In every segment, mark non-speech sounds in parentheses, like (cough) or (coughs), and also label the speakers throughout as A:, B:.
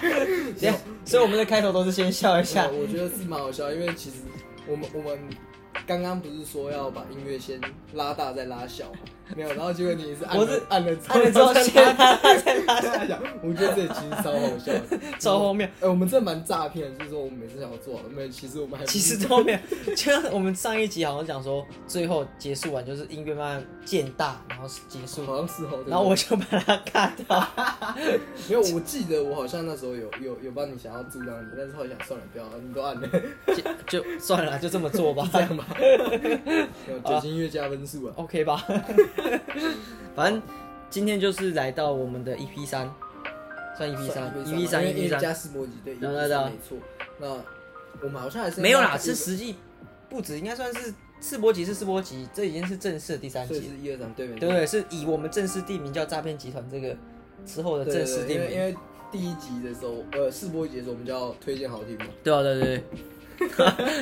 A: 对所以我们的开头都是先笑一下
B: 我。我觉得是蛮好笑，因为其实我们我们刚刚不是说要把音乐先拉大再拉小吗，没有，然后结果你是按
A: 我
B: 了
A: 是
B: (laughs) 按了
A: 按了之后
B: 再
A: 先
B: 拉
A: 拉再拉
B: 大再拉小，我觉得这其实超好笑的，
A: (laughs) 超荒谬
B: 哎、我们这蛮诈骗的，就是说我们每次想要做，没有，其实我们还不
A: 其实都没有，就像我们上一集好像讲说，最后结束完就是音乐慢慢渐大，然后结束，
B: (laughs) 好像是哦，对不对
A: 然后我就把它卡掉。
B: 没有，我记得我好像那时候有有有帮你想要做这样子，但是后来想算了，不要，你都按
A: (laughs)
B: 了，
A: 就就算了，就这么做吧，
B: 这样吧，
A: (laughs)
B: 有酒精音乐加分数啊，
A: OK 吧？反正今天就是来到我们的 EP 三，算 EP 三，EP 三
B: 因为
A: ，EP
B: 加
A: 三，
B: 斯伯吉对，
A: 对
B: EP
A: 对
B: 三
A: 对
B: 没错。那我们好像还是
A: 没有啦，是实际不止，应该算是世博集是世博集，这已经是正式的第三
B: 所以
A: 集了，
B: 是一二三对没
A: 对不对？是以我们正式地名叫诈骗集团这个之后的
B: 对
A: 正
B: 对
A: 式
B: 对，
A: 地
B: 因为因
A: 名，
B: 为第一集的时候，呃，世博节的时候我们叫推荐好听嘛，
A: 对啊，对对 (laughs) 对，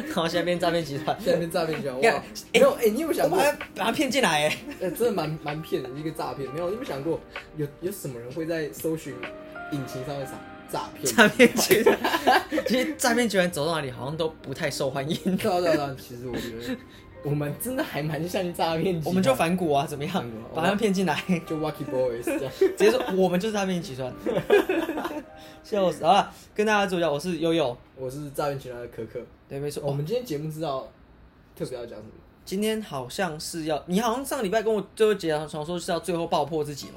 A: 然后现在变诈骗集团，
B: 下面诈骗集团
A: 干
B: 哇，没有哎，你有没
A: (laughs)
B: 有
A: 我
B: 想
A: 们
B: 过，
A: 还把他骗进来，哎，
B: 呃，真的蛮蛮骗的一个诈骗，没有，你有没有想过有有什么人会在搜寻引擎上面打诈骗？
A: 诈骗集团， (laughs) 其实诈骗集团走到哪里好像都不太受
B: (laughs)
A: 欢迎，
B: 对啊对啊对啊，其实我觉
A: (laughs)
B: 得我们真的还蛮像诈骗集团，
A: 我们就反骨啊，怎么样
B: 反骨啊，
A: 把他骗进来。
B: 就 Wacky Boys 这样。
A: 直接说我们就是诈骗集团， (laughs) 笑死！好了，跟大家说一下，我是悠悠，
B: 我是诈骗集团的可可，
A: 对，没错。
B: 我
A: 我们
B: 们今天节目知道特别要讲什么？
A: 今天好像是要，你好像上礼拜跟我最后结想说是要最后爆破自己嘛，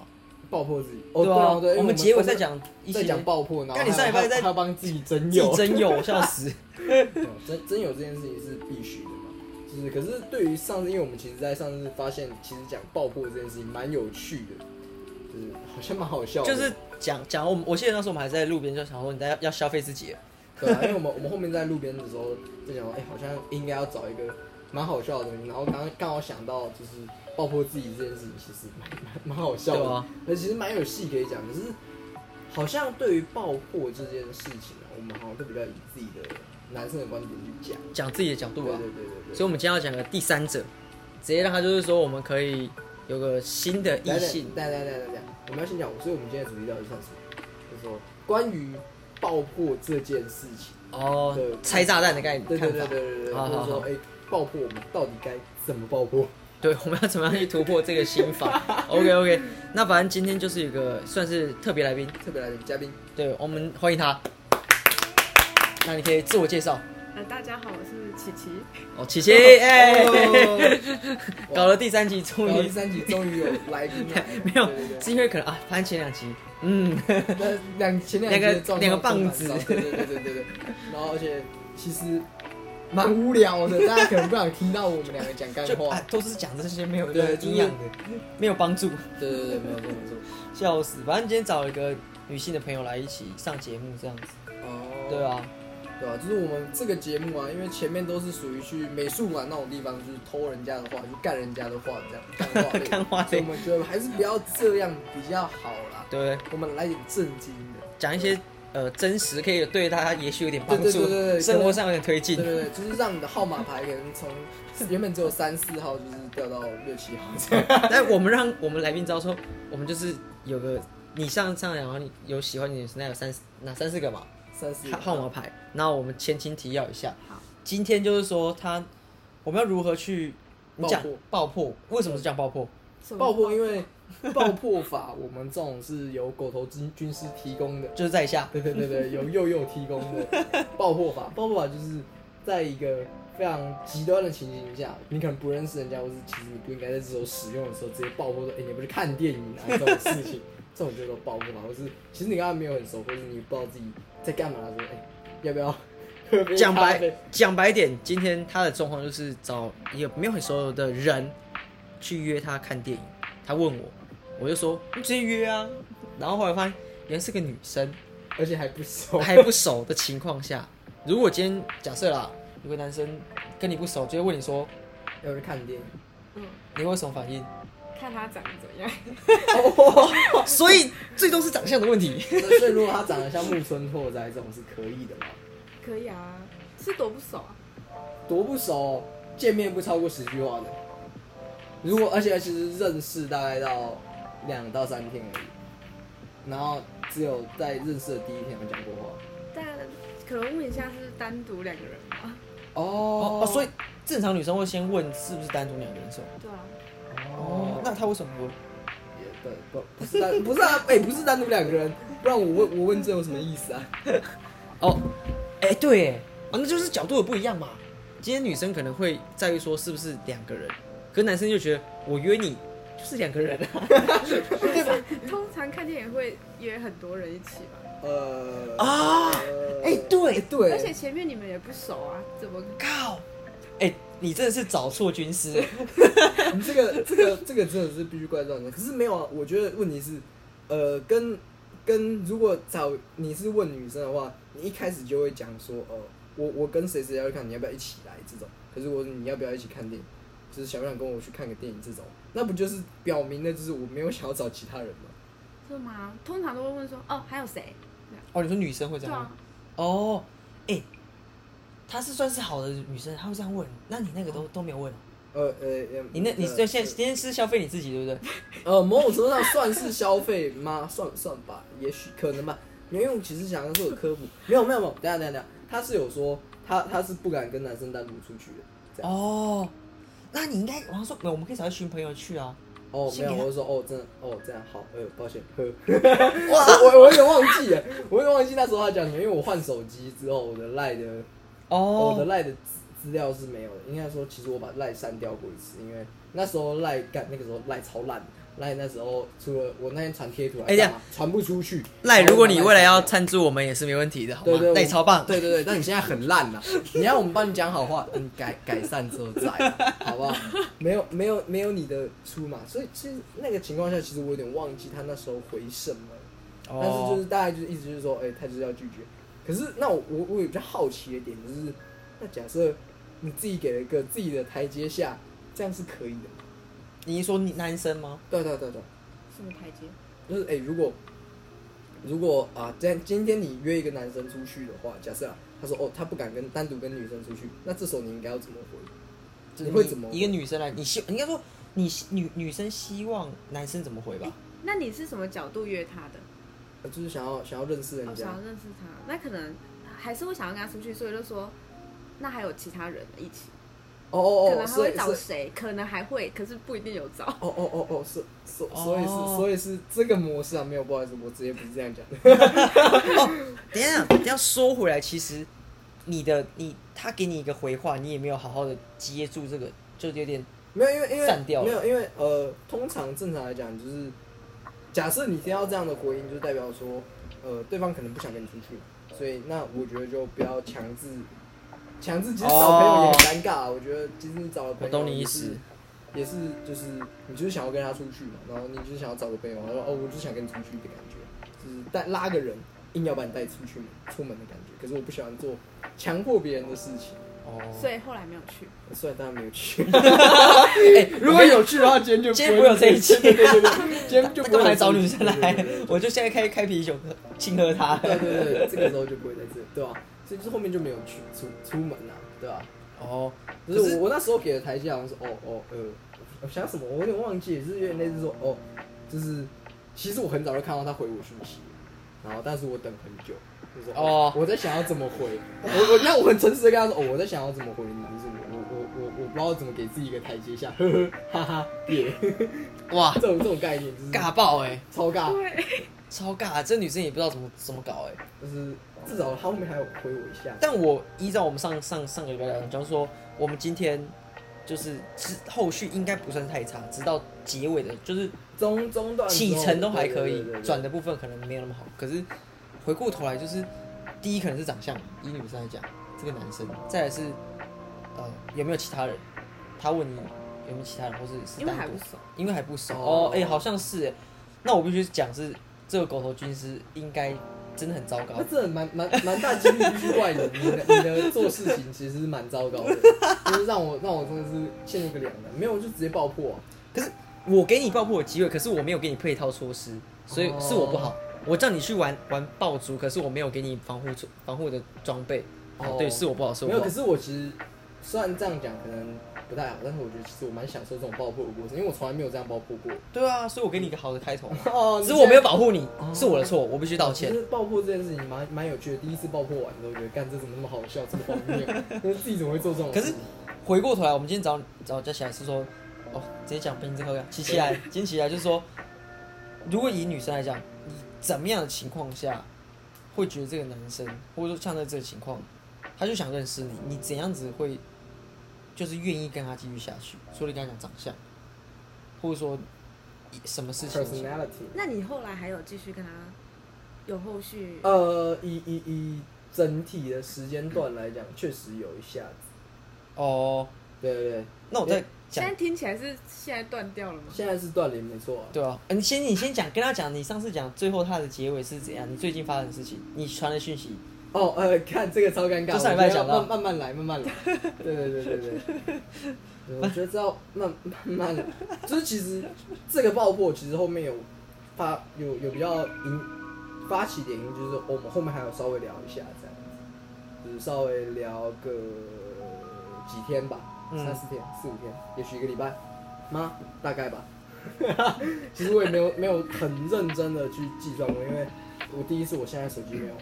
B: 爆破自己。哦，对
A: 吧、
B: 啊，对，因为
A: 我们结尾再讲一
B: 在
A: 些
B: 讲爆破，然后
A: 干你上礼拜在
B: 他帮自己
A: 自
B: 真
A: 己
B: 有，
A: 真有，笑
B: (laughs)
A: 死！
B: 哦真真有这件事情是必须的嘛。就是，可是对于上次，因为我们其实，在上次发现，其实讲爆破这件事情蛮有趣的，就是好像蛮好笑的。
A: 就是讲讲我们，我记得那时候我们还在路边就想说你在要消费自己了，
B: 对啊，因为我们我们后面在路边的时候就想说，哎、好像应该要找一个蛮好笑的东西。然后刚刚好想到就是爆破自己这件事情，其实蛮蛮蛮好笑
A: 对
B: 的
A: 啊，
B: 而其实蛮有戏可以讲。可是好像对于爆破这件事情啊，我们好像都比较以自己的男生的观点去讲。
A: 讲自己的角度啊
B: 对。对对
A: 所以
B: 对
A: 我们今天要讲个第三者，直接让他就是说我们可以有个新的
B: 对。
A: 异性，
B: 来来来来来，我们要先讲，所以我们今天的主题到底算什么？就是说关于爆破这件事情。
A: 哦
B: 对，
A: 拆炸弹的概念
B: 对
A: 看
B: 对
A: 法
B: 对对，对对，
A: 好
B: 或
A: 好
B: 者说，
A: 好
B: 哎、爆破我们到底该怎么爆破？
A: 对，我们要怎么样去突破这个心
B: (laughs)
A: 法？OK OK，那反正今天就是有个算是特别来宾，
B: 特别来宾嘉宾，
A: 对我们欢迎他。那你可以自我介绍
C: 呃，大家好，我是琪琪。
A: 哦，琪琪，哎、
B: 哇
A: (laughs) 搞了第三集，终
B: 然哦后第
A: 于
B: 三集终于有来宾了
A: (laughs) ，没有
B: 对对，
A: 是因为可能啊，反正前两集，嗯，
B: 对那两前两集
A: 两个
B: 的状况
A: 两个棒子
B: 都蛮糟对对对对对对，然后而且其实蛮无聊的，大家可能不想听到我们两个讲
A: (laughs)
B: 干
A: 就
B: 话
A: 啊，，都是讲这些没有
B: 对，就是
A: 营养的， (laughs) 没有帮助，
B: 对对对，没有错没错，
A: 笑死。反正今天找一个女性的朋友来一起上节目，这样子，
B: 哦，
A: 对啊，
B: 对啊，就是我们这个节目啊，因为前面都是属于去美术馆那种地方，就是偷人家的画，去干人家的画这样，干画类，
A: (laughs) 干话
B: 所
A: 对
B: 以我们觉得还是不要这样比较好啦，
A: 对不对？
B: 我们来点正经的。
A: 讲一些呃真实，可以对大家也许有点帮
B: 对对对对
A: 助，
B: 对
A: 生活上有点推进
B: 对。对对，就是让你的号码牌可能从原本只有三四号，就是掉到六七号这
A: (laughs)
B: 样。
A: 但我们让我们来宾知道说，我们就是有个你上上来，然后你有喜欢你的女生，那有三哪三四个嘛
B: 三四
A: 号号码牌，然后我们前情提要一下
C: 好。
A: 今天就是说他我们要如何去你讲
B: 爆破
A: 爆破，为什么是讲爆破？
C: 什么
B: 爆破，因为爆破法我们这种是由狗头军军师提供的，
A: 就是在一下
B: 对 (laughs) 对对对，由佑佑提供的爆破法。爆破法就是在一个非常极端的情形下，你可能不认识人家，或是其实你不应该在这时候使用的时候直接爆破说：“哎、你不是看电影啊？”这种事
A: (laughs)
B: 情，这种叫做爆破法。或是其实你刚才没有很熟，或是你不知道自己在干嘛的时候，哎、要不要喝杯
A: 讲
B: 咖啡
A: 白讲白点，今天他的状况就是找也没有很熟的人去约他看电影，他问我，我就说你直接约啊，然后后来发现原来是个女
B: (laughs)
A: 生，
B: 而且还不熟，
A: 还不熟的情况下，如果今天假设啦，有个男生跟你不熟，就会问你说
B: 要不要看电影？
C: 嗯，
A: 你会有什么
B: (laughs)
A: 反应？
C: 看他长得怎样。
A: 所以最终是长相的问题。
B: 所以如果他长得像木村拓哉这种是可以的嘛？
C: (laughs) 可以啊，是多不熟啊。
B: 多不熟，见面不超过十句话的。如果而且其实认识大概到两到三天而已，然后只有在认识的第一天有讲过话。
C: 但可能问一下是单独两个人吗？
B: 哦
A: 哦哦，所以正常女生会先问是不是单独两个人送。
C: 对啊，
A: 哦，那他为什么不？
B: 也对不不是单不是啊，哎、不是单独两个人，不然我问我问这有什么意思啊？
A: 哦，哎、对耶，啊，那就是角度也不一样嘛。今天女生可能会在意说是不是两个人，可是男生就觉得我约你就是两个人啊。
C: (laughs) 通常看电影会约很多人一起吧，
B: 呃
A: 啊
B: 呃
A: 哎、对，
B: 对，
C: 而且前面你们也不熟啊，怎么？
A: (laughs) 靠，哎、你真的是找错军师。 (laughs)
B: (laughs) 你这个这个这个真的是必须怪到你，可是没有啊。我觉得问题是，呃，跟跟如果找你是问女生的话，你一开始就会讲说，哦、我我跟谁谁要去看，你要不要一起来这种。可是我说你要不要一起看电影，就是想不想跟我去看个电影这种，那不就是表明的就是我没有想要找其他人吗？
C: 是吗？通常都会问说，哦，还有谁？这样
A: 哦，你说女生会这
C: 对
A: 样吗
C: 啊？，
A: 哦，哎、她是算是好的女生，她会这样问。那你那个都都没有问哦，
B: 呃呃，呃
A: 你那你
B: 呃
A: 这现在今天是消费你自己对不对？
B: 呃，某种程度上算是消费吗？算算吧，也许可能吧。因为我其实想要做科普，没有没有没有，等一下等一下等一下，他是有说他他是不敢跟男生单独出去的。这样
A: 哦，那你应该我说，我们可以找一群朋友去啊。
B: 哦，没
A: 先
B: 有，
A: 给他
B: 我就说哦，真的哦，这样好，呃，抱歉，呵，
A: (laughs)
B: 哇，我我有点忘记了，我有点忘记那时候他讲什么，因为我换手机之后，我的赖的、我的
A: 哦，
B: 赖的资资料是没有的，应该说其实我把赖删掉过一次，因为那时候赖干那个时候赖超烂，赖那时候除了我那天传贴图还
A: 哎
B: 干
A: 这
B: 嘛，传不出去。
A: 赖，
B: 然后
A: 如果你
B: 把
A: 未来
B: 删
A: 要
B: 掉
A: 赞助我们也是没问题的，好吗
B: 对对，？
A: 赖
B: 我
A: 超棒。
B: 对对对，但你现在很烂呐、你要我们帮你讲好话，你改改善之后再啊，好不好？没有没有没有你的出嘛，所以其实那个情况下，其实我有点忘记他那时候回什么，
A: 哦
B: 但是就是大概就是意思就是说，哎、他就是要拒绝。可是那我我我有比较好奇的点就是，那假设你自己给了一个自己的台阶下，这样是可以的吗。
A: 你说你男生吗？
B: 对对对对，
C: 什么台阶？
B: 就是哎、如果如果啊，这样今天你约一个男生出去的话，假设、啊、他说哦，他不敢跟单独跟女生出去，那这时候你应该要怎么回？
A: 就是
B: 你会怎么
A: 一个女生来，你希应该说你希女女生希望男生怎么回吧？
C: 那你是什么角度约他的？
B: 呃就是想要想要认识
C: 我、
B: 人家
C: 哦想要认识他，那可能还是会想要跟他出去，所以就说，那还有其他人一起，
B: 哦哦
C: 可
B: 哦，
C: 能还
B: 所以
C: 会
B: 是
C: 找谁，可能还会，可是不一定有找。
B: 哦哦哦哦，所所
A: 哦
B: 所以是所以是这个模式啊，没有，不好意思，我直接不是这样讲的。
A: 等一下，等一下说回来，其实你的你他给你一个回话，你也没有好好的接住这个，就有点
B: 没有，因为因为
A: 散掉了
B: 没有，因为呃，通常正常来讲，就是假设你听到这样的回应，就代表说，呃，对方可能不想跟你出去，所以那我觉得就不要强制，强制其实找朋友也很尴尬、啊。我觉得其实你找了朋
A: 我
B: 友，
A: 懂你意思，
B: 也是就是你就是想要跟他出去嘛，然后你就是想要找个朋友，然后哦，我就想跟你出去的感觉，就是带拉个人，硬要把你带出去出门的感觉。可是我不喜欢做强迫别人的事情，
A: 哦。
C: 所以后来没有去。
B: 虽然当然没有去。
A: 哎、
B: 如果有趣的话，今天就
A: 今天不会有这一期
B: (laughs) 对对对，对
A: (laughs)
B: 今天就
A: 那
B: 不
A: 干嘛
B: 会来
A: 还找女生来
B: 对对？
A: 我就现在开开啤酒喝，庆贺她。
B: 对对对对，这个时候就不会在这，对吧、所以就是后面就没有去出出门啊，对吧、
A: 哦，可
B: 可是
A: 是
B: 我我那时候给的台阶好像是哦哦呃，我想什么我有点忘记，就是有点类似说哦，就是其实我很早就看到他回我讯息，然后但是我等很久，就是说
A: 哦
B: 我在想要怎么回，我我那我很诚实的跟他说哦我在想要怎么回你，就是我我我我我不知道怎么给自己一个台阶下，呵呵哈哈耶， (laughs)
A: 哇
B: 这，种这种概念就是
A: 尬爆哎、
B: 超尬，
C: 对，
A: 超尬！这女生也不知道怎么怎么搞哎、
B: 就是至少他后面还有回我一下。
A: 但我依照我们上上上个礼拜聊的，就是说我们今天就是之后续应该不算太差，直到结尾的，就是
B: 中中段
A: 起程都还可以，
C: 哦
A: 转
B: 的
A: 的部分可能没有那么好。可是回过头来，就是第一可能是长相，以女生来讲，这个男生，再来是呃有没有其他人，他问你有没有其他人，或是是
C: 因为
A: 单
C: 还
A: 独
C: 不熟。
A: 因为还不熟哦，
B: 哦
A: 哎、好像是哎，那我必须讲是这个狗头军师应该真的很糟糕
B: 那，这蛮蛮蛮大几率是怪你，你的你的做事情其实是蛮糟
A: (laughs)
B: 糕的，就是让我让我真的是陷入个两难，没有我就直接爆破啊、
A: 我给你爆破的机会，可是我没有给你配套措施，所以
B: 哦
A: 是我不好。我叫你去玩玩爆竹，可是我没有给你防护措防护的装备。哦
B: 哦，
A: 对，是我不好，是我
B: 没
A: 不
B: 有，
A: 好
B: 可。是我其实虽然这样讲，可能不太好，但是我觉得其实我蛮享受这种爆破的过程，因为我从来没有这样爆破过。
A: 对啊，所以我给你一个好的开头嘛。
B: 哦
A: (laughs) 只是我没有保护你，是我的错，我必须道
B: 其 (laughs)
A: 歉。
B: 实爆破这件事情蛮蛮有趣的，第一次爆破完之后觉得，干这怎么那么好笑，这么荒谬， (laughs) 但是自己怎么会做这种
A: 可
B: 事
A: 是
B: 情？
A: 回过头来，我们今天早上早加起来是说，哦，直接讲冰之喝呀，起起来，今天起来就是说，如果以女生来讲，你怎么样的情况下会觉得这个男生，或者说像在这个情况，他就想认识你，你怎样子会就是愿意跟他继续下去？除了跟他讲长相，或者说以什么事情？
B: (laughs) personality，
C: 那你后来还有继续跟他有后续？
B: 呃，以以以整体的时间段来讲，确实有一下子。
A: 哦，
B: 对对对，
A: 那我再
C: 现
A: 讲
C: 在，听起来是现在断掉了吗？
B: 现在是断联没错啊。
A: 对啊，嗯，先你先讲，跟他讲，你上次讲最后他的结尾是怎样？你最近发生的事情，你传的讯息，
B: 哦，呃，看这个超尴尬，
A: 就上礼拜
B: 我觉得要
A: 讲啊到
B: 慢慢慢来，慢慢来。对对对对
A: (laughs)
B: 对，对我觉得这要慢慢慢来，就是其实这个爆破其实后面有发有有比较引发起点，就是我们后面还有稍微聊一下这样子，就是稍微聊个几天吧，
A: 嗯
B: 三四天、四五天，也许一个礼拜吗？大概吧。 (laughs) 其实我也没有没有很认真的去计算过，因为我第一次，我现在手机没有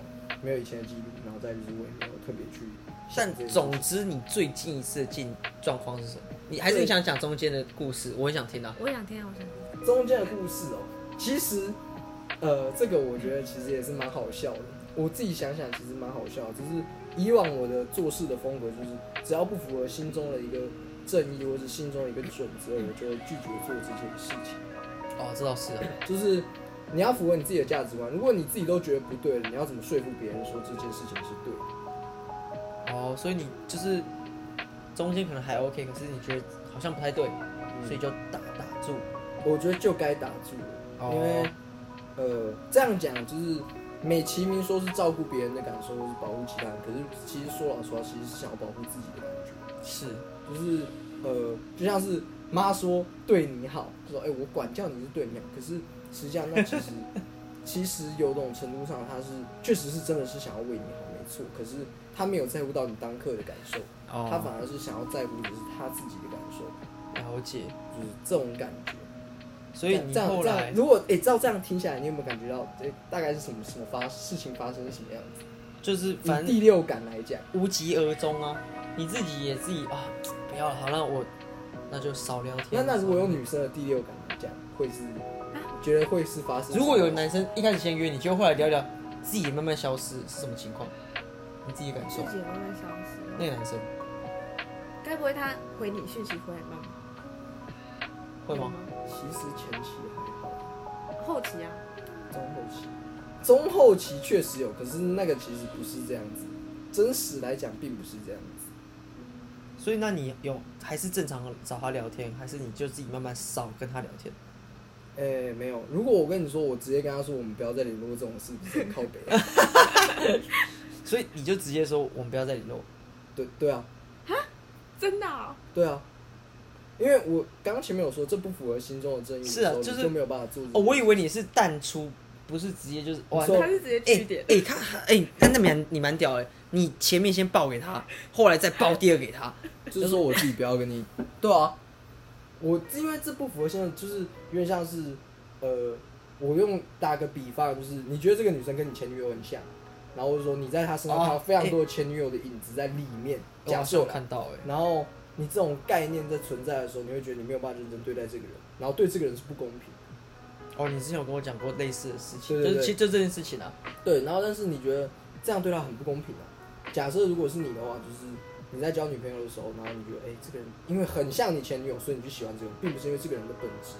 B: 没有以前的记录，然后再就是我也没有特别去想
A: 但
B: 这件事。
A: 总之，你最近一次的进状况是什么？你还是你想讲中间的故事？我很想听啊。
C: 我想听啊，我想听。
B: 中间的故事哦，其实呃，这个我觉得其实也是蛮好笑的。我自己想想，其实蛮好笑的。就是以往我的做事的风格，就是只要不符合心中的一个正义或者心中的一个准则，我就会拒绝做这件事情。
A: 哦，这倒是啊。
B: 就是你要符合你自己的价值观。如果你自己都觉得不对了，你要怎么说服别人说这件事情是对的？
A: 哦，所以你就是中间可能还 OK，可是你觉得好像不太对，
B: 嗯
A: 所以就打打住。
B: 我觉得就该打住了，
A: 哦
B: 因为呃，这样讲就是美其名说是照顾别人的感受，或是保护其他人，可是其实说老实话，其实是想要保护自己的感觉，
A: 是，
B: 就是呃，就像是妈说对你好，就说哎、我管教你是对你好，可是实际上
A: (laughs)
B: 那其实其实有种程度上，他是确实是真的是想要为你好，没错，可是他没有在乎到你当客的感受，
A: 哦
B: 他反而是想要在乎的是他自己的感受，
A: 了解。
B: 就是这种感觉。
A: 所以你
B: 这样
A: 后
B: 这样
A: 来，
B: 如果诶、照这样听起来，你有没有感觉到，诶、大概是什么什么发事情发生是什么样子？
A: 就是反正
B: 以第六感来讲，
A: 无疾而终啊，你自己也自己啊，不要了，好，那我那就少聊天。
B: 那那如果有
A: 少聊
B: 女生的第六感来讲，会是觉得会是发生什么？
A: 如果有男生一开始先约你，就后来聊聊，自己慢慢消失是什么情况？你自己感
C: 自
A: 受。
C: 己也慢慢消失
A: 那
C: 了。
A: 个男生
C: 该不会他回你讯息回很慢吧？
A: 会吗？
B: 其实前期还好，
C: 后期啊，
B: 中后期，中后期确实有，可是那个其实不是这样子，真实来讲并不是这样子。
A: 所以那你有还是正常找他聊天，还是你就自己慢慢少跟他聊天？
B: (laughs) 诶、没有。如果我跟你说，我直接跟他说，我们不要再联络这种事，不是很靠北、
A: (laughs)
B: 啊？
A: 所以你就直接说我们不要再联络。
B: 对对啊，
C: 真的哦、
B: 对啊，因为我刚刚前面有说这不符合心中的正义的
A: 是啊
B: 时候，
A: 就是
B: 你就没有办法做这个
A: 哦，我以为你是淡出，不是直接就是哇。
B: 说
A: 那
C: 他是直接
A: 哎
C: 据点
A: 哎、。他哎，那那蛮你蛮屌哎、你前面先报给
B: (laughs)
A: 他，后来再报第二给他，哦
B: 就是说我自己不要跟你，对啊，我因为这不符合现在，就是有点像是呃，我用打个比方，就是你觉得这个女生跟你前女友很像，然后我就说你在她身上
A: 哦
B: 看到非常
A: 哎
B: 多的前女友的影子在里面，
A: 我好
B: 假
A: 像
B: 设
A: 有
B: 啦
A: 看到哎、
B: 然后你这种概念在存在的时候，你会觉得你没有办法认真对待这个人，然后对这个人是不公平。
A: 哦，你之前有跟我讲过类似的事情，
B: 对对
A: 就是
B: 对
A: 其实就这件事情啊。
B: 对，然后但是你觉得这样对他很不公平啊？假设如果是你的话，就是你在交女朋友的时候，然后你觉得，哎、这个人因为很像你前女友，所以你就喜欢这个人，并不是因为这个人的本质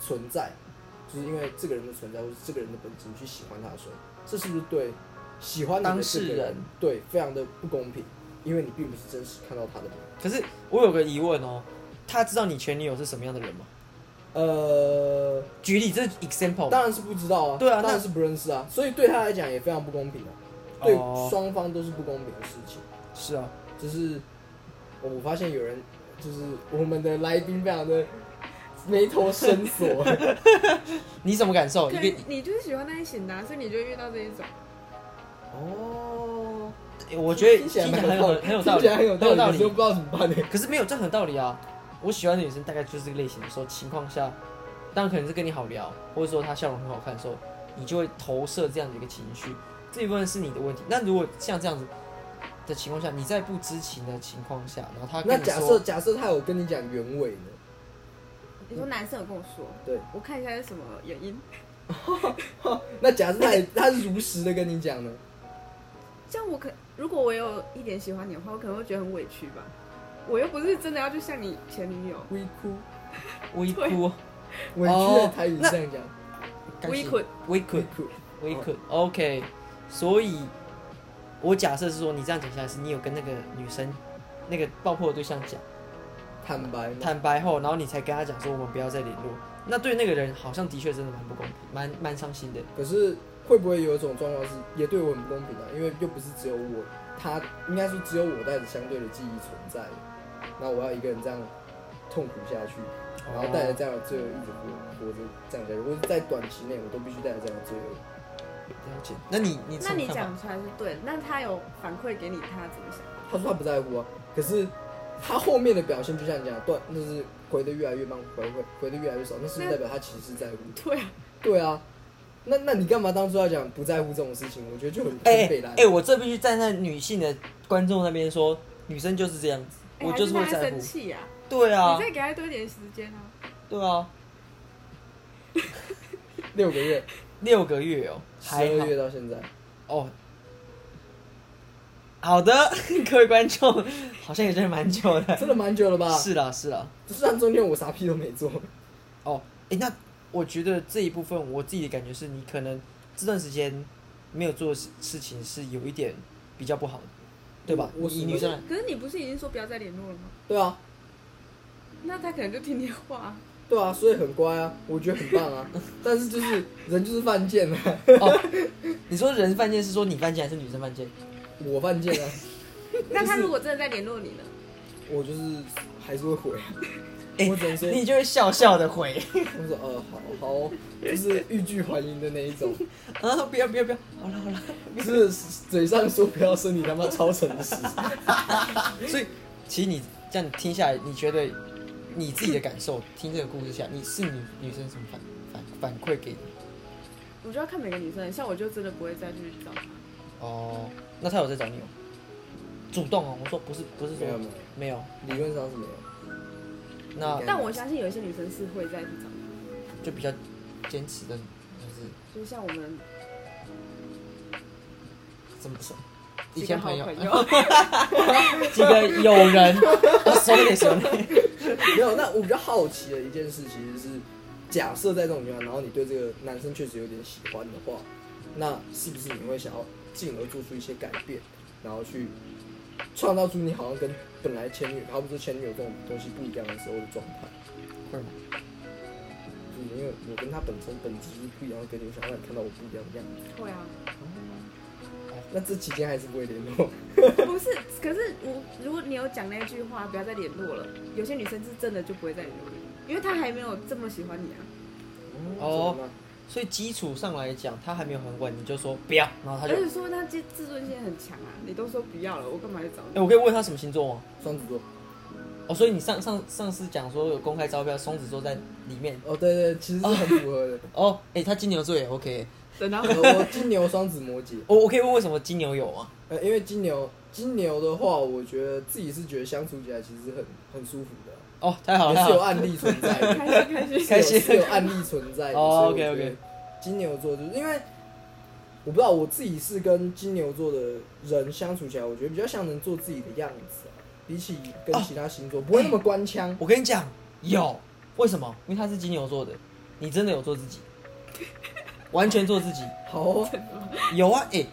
B: 存在，就是因为这个人的存在或是这个人的本质，你去喜欢他的时候，这是不是对喜欢你的
A: 当
B: 这
A: 事
B: 个
A: 人
B: 对非常的不公平？因为你并不是真实看到他的人。
A: 可是我有个疑问哦，他知道你前女友是什么样的人吗？
B: 呃，
A: 举例，这是 example
B: 当然是不知道啊，
A: 哦对啊那
B: 当然是不认识啊，所以对他来讲也非常不公平啊，对
A: 哦
B: 双方都是不公平的事情。
A: 是啊，
B: 就是我我发现有人，就是我们的来宾非常的眉头深锁，
A: 哦你什么感受？一
C: 可
A: 个
C: 能你就是喜欢那一型的啊、所以你就遇到这一种。
B: 哦，
A: 我觉得
B: 听
A: 听起
B: 起来
A: 来
B: 蛮
A: 很
B: 有
A: 有
B: 道理
A: 很有道
B: 听起
A: 理，很有
B: 来很有道
A: 道
B: 理，可是又
A: 理
B: 不。知道怎么办呢。欸
A: 可是没有，这很有道理啊。我喜欢的女生大概就是这个类型的时候，情况下，当然可能是跟你好聊，或者说她笑容很好看的时候，你就会投射这样的一个情绪，这一部分是你的问题。那如果像这样子的情况下，你在不知情的情况下，然后她
B: 那
A: 跟你
B: 假设
A: 说，
B: 假设他有跟你讲原委呢？
C: 你说男生有跟我说，
B: 对，
C: 我看一下是什么原因，
B: 那假设他也他是如实的跟你讲呢？
C: 这样我可如果我有一点喜欢你的话，我可能会觉得很委屈吧。我又不是真的要去像你前女友，
B: 微哭，
A: 微哭，
B: 委屈的台语是这样讲，
A: 感
C: 微
A: 情
C: 困，
A: 微困
B: 微，
A: 微
B: 哭。
A: 困，OK。所以，我假设是说，你这样讲下来是你有跟那个女生，那个爆破的对象讲。
B: 坦白吗？
A: 坦白后，然后你才跟他讲说我们不要再联络，那对那个人好像的确真的蛮不公平，蛮蛮伤心的。
B: 可是会不会有一种状况是也对我很不公平啊？因为又不是只有我，他应该说只有我带着相对的记忆存在，那我要一个人这样痛苦下去，
A: 哦
B: 然后带着这样的罪恶一直活活着这样下去，或者在短期内我都必须带着这样的罪恶。
A: 了解。那你你
C: 那
A: 怎么
C: 你
A: 看
C: 讲出来是对的，那他有反馈给你，他怎么想？ (laughs)
B: 他说他不在乎啊，可是他后面的表现就像你讲的，断就是回的越来越慢，回回回的越来越少，那是不是代表他其实是在乎？
C: 对啊，
B: 对啊，那那你干嘛当初要讲不在乎这种事情？我觉得就很
A: 哎
B: 很北
A: 哎
B: 蓝、
A: 哎我这必须站在女性的观众那边说，女生就是这样子，
C: 哎
A: 我
C: 还
A: 就是
C: 他
A: 会
C: 在
A: 在乎
C: 生。气呀、
A: 对啊
C: 你，再给他多一点时间啊。
A: 对啊，
B: 六个月，
A: 六个月哦，
B: 十
A: 还
B: 二
A: 好
B: 月到现在。
A: 哦。好的， (laughs) 各位观众，好像也真的蛮久的。
B: (laughs) 真的蛮久了吧？，
A: 是啦，是啦。
B: 就算中间我啥屁都没做，
A: 哦，诶，那我觉得这一部分我自己的感觉是你可能这段时间没有做的事事情是有一点比较不好的，对吧？
B: 我
A: 以
B: 是
A: 女
B: (laughs)
A: 生来，
C: 可是你不是已经说不要再联络了吗？
B: 对啊，
C: 那他可能就听你
A: (laughs)
C: 话啊。
B: 对啊，所以很乖啊，我觉得很棒啊。但是就是人就是犯贱啊， (laughs)
A: 哦你说人犯贱是说你犯贱还是女生犯贱？
B: 我犯贱啊，
C: 那他如果真的在联络你呢？
B: 我就是还是会悔啊。 (laughs)
A: 诶，
B: 我只能说
A: 你就会笑笑的
B: (laughs)
A: 回，
B: 我说呃，好好哦，就是欲拒还迎的那一种，
A: 啊，不要不要不要，好了好了。
B: 就是嘴上说不要身体他妈超诚实。
A: 所以其实你这样听下来，你觉得你自己的感受，听这个故事下，你是女女生什么反反反馈给你？
C: 我就要看每个女生，像我就真的不会再去找他。
A: 哦，那他有在找你吗？主动哦，我说不是不是说
B: 没有没有
A: 没有，
B: 理论上是没有，
A: 那
B: 应该
C: 但我相信有一些女生是会再去找他，
A: 就比较坚持的，就是
C: 就是像我们
A: 怎么说？以
C: 几个
A: 前
C: 好
A: 朋
C: 朋
A: 友， (laughs)
C: 友，
A: 几个友
C: (laughs)
A: 人，哦我收敛收敛。
B: (laughs) 没有。那我比较好奇的一件事，其实是假设在这种情况，然后你对这个男生确实有点喜欢的话，那是不是你会想要进而做出一些改变，然后去创造出你好像跟本来前女友，好比说前女友这种东西不一样的时候的状态？
A: 会吗？
B: 就是因为我跟他本身本质是不一样，跟你我想让你看到我不一样的样子。
C: 会啊，
B: 那这期间还是不会联络，
C: 不是。可是我如果你有讲那句话，不要再联络了，有些女生是真的就不会再联络你，因为她还没有这么喜欢你啊。
B: (laughs)
A: 哦
B: 怎么办
A: 所以基础上来讲，他还没有很稳，你就说不要，然后他
C: 而
A: 就，
C: 且
A: 哎、
C: 说她自自尊心很强啊，你都说不要了，我干嘛去找
A: (laughs)
C: 你？
A: 哎我可以问他什么星座吗？
B: 双子座。
A: 哦，所以你上上上次讲说有公开招标，双子座在里面。
B: 哦，对对，其实是很符合的。
A: 哦，哎、他金牛座也 OK。哦
C: 等到
B: 呃我金牛、双子、摩羯。
A: 我我可以问为什么金牛有吗？
B: 呃，因为金牛，金牛的话，我觉得自己是觉得相处起来其实很很舒服的，
A: 哦，太好了，
B: 也
A: 太
B: 是
A: 好
B: 有
A: 了。
B: 案例存
A: (laughs)
B: 在的，
C: 开心开心。
A: 开心
B: 是有是有案例存在的。
A: 哦
B: 所以我
A: OK，OK
B: 觉得金牛座就是因为我不知道我自己是跟金牛座的人相处起来，我觉得比较像能做自己的样子啊、比起
A: 哦
B: 跟其他星座、不会那么官腔。
A: 我跟你讲，有，为什么？因为他是金牛座的，你真的有做自己，完全做自己。
B: 好、哦，
A: (laughs) 有啊，哎、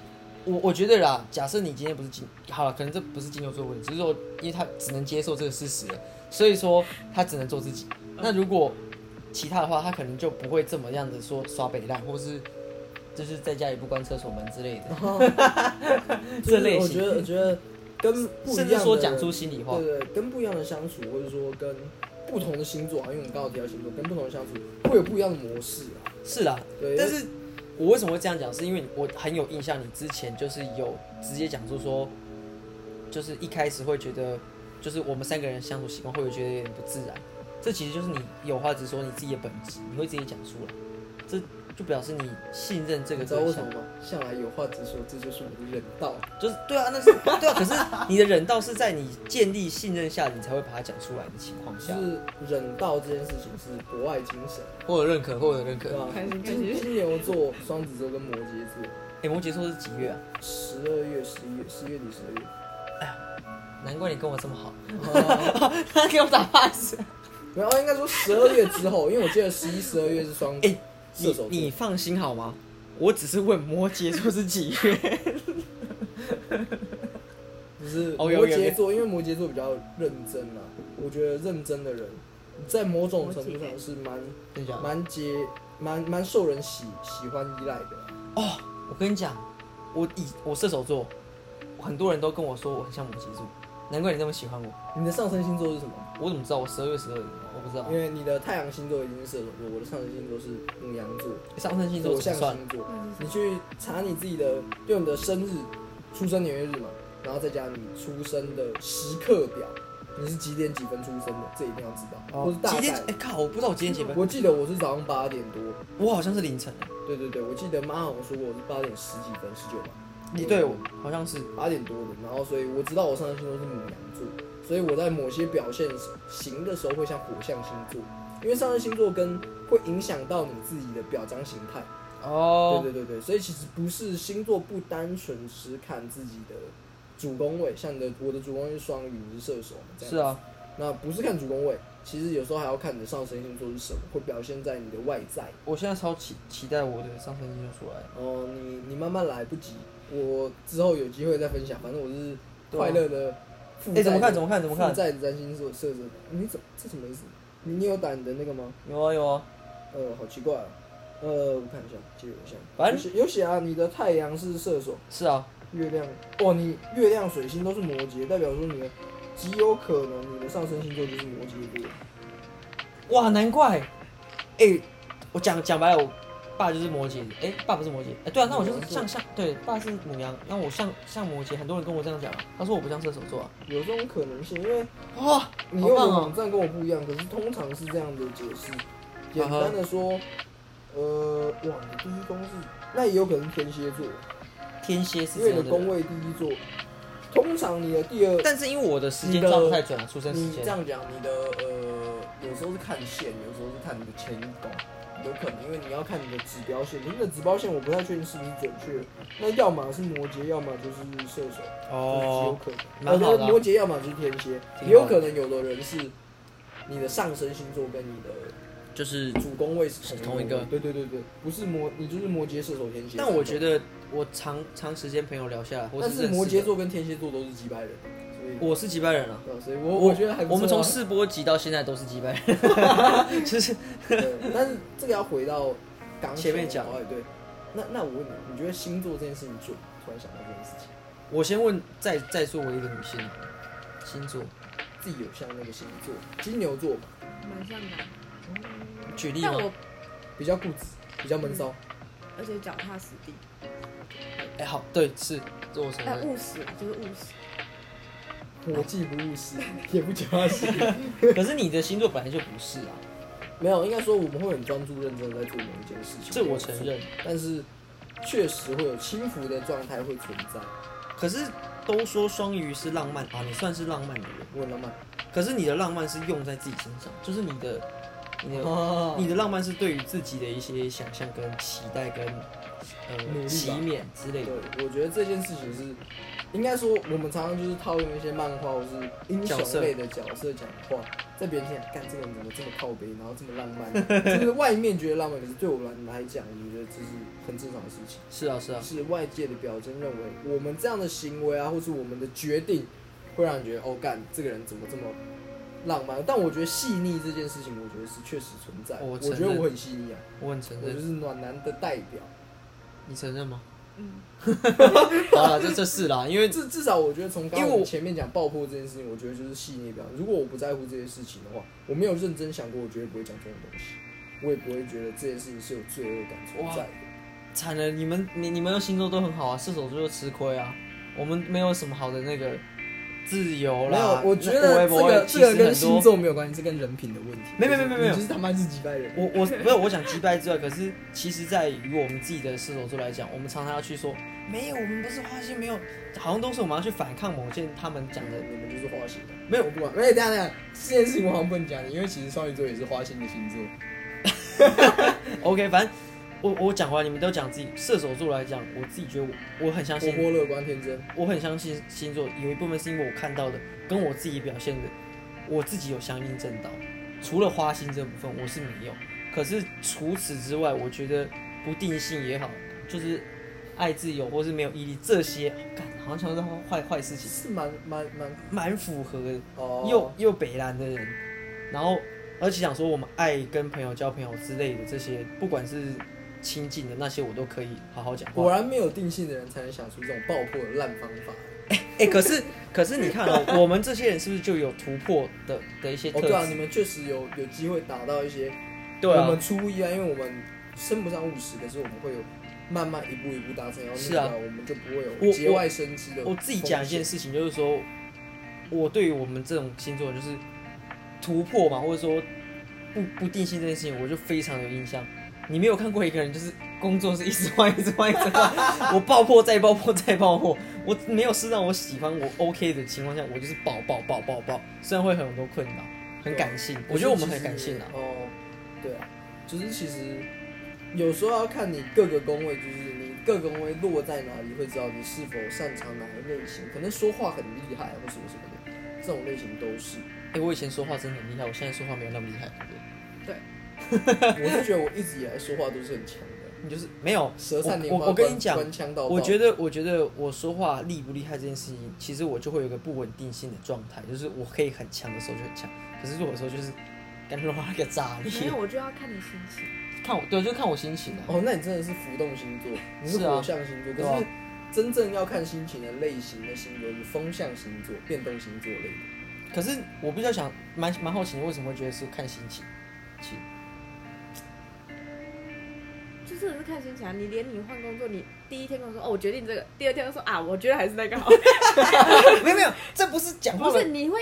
A: 我我觉得啦，假设你今天不是金，好了，可能这不是金牛座的问题，只是说，因为他只能接受这个事实了，所以说他只能做自己。那如果其他的话，他可能就不会这么样子说耍北烂，或是就是在家里不关厕所门之类的，这类
B: 我
A: 型
B: 觉得我觉得跟不一
A: 甚
B: 样
A: 至
B: 的
A: 说讲出心里话。
B: 对对，跟不一样的相处，或者说跟不同的星座啊，因为我们刚好提到星座，跟不同的相处会有不一样的模式啊。
A: 是啦，
B: 对
A: 但是我为什么会这样讲？是因为我很有印象，你之前就是有直接讲出说，就是一开始会觉得，就是我们三个人相处习惯会有觉得有点不自然。这其实就是你有话直说你自己的本质，你会自己讲出来，这就表示你信任这个
B: 你知道为
A: 对
B: 什
A: 象
B: 么。吗？向来有话直说，这就是我的人道。
A: 就是对啊，那是对啊。可是你的忍道是在你建立信任下，你才会把它讲出来的情况
B: 就
A: 下，
B: 是忍道这件事情是博爱精神，
A: 获得认可，获得认可
B: 对吧？
C: 开心开
B: 金
C: 心
B: 金牛座、双子座跟摩羯座，
A: 哎、摩羯座是几月啊？
B: 十二月、十一月、十月底、十二月。
A: 难怪你跟我这么好，
B: 啊
A: (laughs) 他给我打 pass。
B: 没有，应该说十二月之后，因为我记得十一、十二月是双
A: (laughs) 哎
B: 射
A: 你
B: 手座。
A: 你放心好吗？我只是问摩羯座是几
B: (laughs)
A: 月。
B: 只是
A: 哦
B: 摩
A: 有有有
B: 羯座，因为摩羯座比较认真啊，我觉得认真的人，在某种程度上是蛮
A: 等一下
B: 蛮接蛮蛮受人喜喜欢依赖的。啊
A: 哦，我跟你讲，我以我射手座，很多人都跟我说我很像摩羯座，难怪你那么喜欢我。
B: 你的上升星座是什么？
A: 我怎么知道我十二月十二日？我不知道
B: 因。为你的太阳星座已经是射手座，我的上升星座是母羊座，
A: 上升星座
B: 火
A: 怎
B: 象
A: 么算？
B: 星座。
C: 那是
B: 你去查你自己的，用你的生日、出生年月日嘛，然后再加你出生的时刻表，你是几点几分出生的，这一定要知道，或是大
A: 几点
B: 概嗯
A: 几？哎、。靠，我不知道我几点几分，
B: 我记得我是早上八点多，
A: 我好像是凌晨。
B: 对对对，我记得妈好像说过我是八点十几分，十九吧，
A: 你对我好像是
B: 八点多的，然后所以我知道我上升星座是母羊座，所以我在某些表现型的时候会像火象星座，因为上升星座跟会影响到你自己的表彰形态。
A: 哦
B: 对对对对，所以其实不是星座不单纯只看自己的主攻位，像你的我的主攻位是双鱼，你是射手嘛，这样
A: 是啊，
B: 那不是看主攻位，其实有时候还要看你的上升星座是什么，会表现在你的外在。
A: 我现在超期期待我的上升星座出来。
B: 哦，你你慢慢来，不急，我之后有机会再分享。反正我是
A: 对啊
B: 快乐的负
A: 哎
B: 债的。
A: 怎么看怎么看怎么看
B: 负债的占星座射手，你怎么这什么意思？你你有打你的那个吗？
A: 有啊有啊，
B: 呃，好奇怪、啊。呃，我看一下，借我一下。
A: 反
B: 有
A: 正
B: 写有写啊，你的太阳是射手，
A: 是啊，
B: 月亮，哇，你月亮、水星都是摩羯，代表说你的极有可能你的上升星座就是摩羯座。
A: 哇，难怪。哎、我讲讲白了，我爸就是摩羯。哎、爸不是摩羯。哎、对啊，那我就是像像对，爸是母羊，那我像像摩羯。很多人跟我这样讲啊，他说我不像射手座啊。
B: 有这种可能性，因为
A: 哇，
B: 你
A: 好
B: 用的
A: 棒哦
B: 网站跟我不一样，可是通常是这样的解释。简单的说，呃，哇，你第一宫是，那也有可能是天蝎座，
A: 天蝎是
B: 因
A: 这
B: 为你
A: 样
B: 的
A: 的
B: 宫
A: 人。啊
B: 位第一座，通常你的第二，
A: 但是因为我的时间抓不太准啊，出生时
B: 你
A: 间
B: 这。样讲，你的呃，有时候是看线，有时候是看你的前一宫，有可能因为你要看你的指标线，你的指标线我不太确定是不是准确，那要么是摩羯，要么就是射手。
A: 哦，
B: 就是极有可
A: 蛮
B: 能。
A: 好的啊
B: 我觉得摩羯要么就是天蝎，也有可能有的人是你的上升星座跟你的
A: 就是。
B: 主攻位是同
A: 是同一个
B: 对对对对，不是摩，你就是摩羯、射手、天蝎。
A: 但我觉，得我长长时间朋友聊下来，我
B: 但
A: 是
B: 是
A: 认识
B: 摩羯
A: 的，
B: 座跟天蝎座都是几百人，啊所以
A: 我是几百人啊。
B: 对所以我我觉得还不错啊
A: 我们从试播集到现在都是几百人，就是
B: 对但是这个要回到刚
A: 前面讲
B: 哎对。那那我问你，你觉得星座这件事情准吗？突然想到这件事情，
A: 我先问，再再作为一个女性好了星座，
B: 自己有像那个星座金牛座嘛，
C: 蛮像的，啊
A: 举例
C: 但
A: 吗？
C: 我
B: 比较固执，比较闷骚，
C: 而且脚踏实地，
A: 哎、好，对，是，这我承
C: 哎，
A: 认。
C: 务实啊，就是务实。
A: 嗯
B: 我既不务实，也不踏实。
A: 可是你的星座本来就不是啊，
B: 没有，应该说我们会很专注认真地在做某一件事情，
A: 这我承认。
B: 但是确实会有轻浮的状态会存在。
A: 可是都说双鱼是浪漫啊，你算是浪漫的人。
B: 我很浪漫，
A: 可是你的浪漫是用在自己身上，就是你的，你的，
B: 哦
A: 你的浪漫是对于自己的一些想象跟期待跟
B: 努力
A: 呃
B: 吧
A: 祈勉之类的。
B: 对，我觉得这件事情是，应该说我们常常就是套用一些漫画或是英
A: 角色
B: 雄类的角色讲话，在别人听来，干这个人怎么这么靠背，然后这么浪漫， (laughs) 就是外面觉得浪漫，可是对我们来讲，我觉得这是很正常的事情。
A: 是啊，是啊，
B: 是外界的表征认为我们这样的行为啊，或是我们的决定，会让你觉得哦，干这个人怎么这么浪漫？但我觉得细腻这件事情，我觉得是确实存在。
A: 我
B: 我
A: 承
B: 觉
A: 认
B: 得我很细腻啊，
A: 我很承
B: 我就
A: 认。
B: 是暖男的代表。
A: 你承认吗？ (laughs)
C: 嗯，
A: 好了，这这是啦，因为
B: 至至少我觉得从刚
A: 因
B: 刚
A: 为
B: 我
A: 我
B: 们前面讲爆破这件事情，我觉得就是细腻表。如果我不在乎这些事情的话，我没有认真想过，我绝对不会讲这种东西，我也不会觉得这件事情是有罪恶感存在的。
A: 惨了，你们你你们的星座都很好啊，射手座就吃亏啊，我们没有什么好的那个自由
B: 没
A: 啦
B: 有，。我觉得
A: 那
B: 这
A: 不会
B: 个
A: 不
B: 这
A: 会其
B: 个跟
A: 实很
B: 星
A: 多
B: 座没有关系，这跟人品的问题。
A: 没有没有没有没有
B: 你就是他妈是几百人。
A: 我我不是我想击败之外，可是其实，在于我们自己的射手座来讲，我们常常要去说，没有，我们不是花心，没有，好像都是我们要去反抗某件他们讲
B: (laughs)
A: 的，
B: 呃你们就是花心的，
A: 没有
B: 我，不管。哎，等一下等一下，这件事情我好像不能讲，因为其实双鱼座也是花心的星座。
A: OK，反正我我讲完，你们都讲自己射手座来讲，我自己觉得我我很相
B: 活
A: 信，
B: 泼乐观天真，
A: 我很相信星座，有一部分是因为我看到的，跟我自己表现的，我自己有相应正道。除了花心这部分，我是没有。可是除此之外，我觉得不定性也好，就是爱自由或是没有毅力这些，干好像全都是坏坏事情，
B: 是蛮蛮蛮
A: 蛮符合的。
B: 哦。
A: 又又北蓝的人，然后而且想说我们爱跟朋友交朋友之类的这些，不管是亲近的那些，我都可以好好讲
B: 果
A: 话。
B: 然没有定性的人才能想出这种爆破的烂方法。
A: 哎、可是可是你看哦，我们这些人是不是就有突破的的一些
B: 哦，
A: 特质？
B: 对啊，你们确实有有机会打到一些
A: 对
B: 我
A: 啊
B: 们，出乎意外，因为我们升不上务实，可是我们会有慢慢一步一步达成，然后
A: 是啊
B: 我们就不会有
A: 我
B: 节外生枝的
A: 我自己讲一件
B: 事，
A: 事情，就是说，我对于我们这种星座人就是突破嘛，或者说不不定性这件事情，我就非常有印象。你没有看过一个人，就是工作是一直换，一直换，一直换， (laughs) 我爆破再爆破再爆破，我没有是让我喜欢我 OK 的情况下，我就是爆爆爆爆爆，虽然会很多困扰，很感性，我觉得我们很感性啊
B: 可是其。实哦，对啊，就是其实有时候要看你各个宫位，就是你各个宫位落在哪里，会知道你是否擅长哪个类型。可能说话很厉害，啊或什么什么的，这种类型都是。
A: 哎、我以前说话真的很厉害，我现在说话没有那么厉害，对不对？
B: 我是觉得我一直以来说话都是很强的，
A: 你就是没有
B: 舌灿莲
A: 我
B: 花
A: 我我跟
B: 官
A: 你讲
B: 官腔到爆。
A: 我觉得，我觉得我说话厉不厉害这件事情，其实我就会有一个不稳定性的状态，就是我可以很强的时候就很强，可是有的时候就是感觉话一个炸裂。
C: 没有，我就要看你心情。
A: 看我，对，就看我心情啊。
B: 哦，那你真的是浮动星座，你是
A: 是啊
B: 火象星座，
A: 对啊
B: 可是真正要看心情的类型的星座是风象星座、变动星座类的。
A: 可是我比较想，蛮蛮好奇，你为什么会觉得是看心
C: (laughs)
A: 情？其
C: 就真的是看心情啊！你连你换工作，你第一天跟我说哦，我决定这个，第二天就说啊，我觉得还是
A: (laughs)
C: 那个好。
A: 没有没有，这不是讲话
C: 不
A: 的
C: 是，你会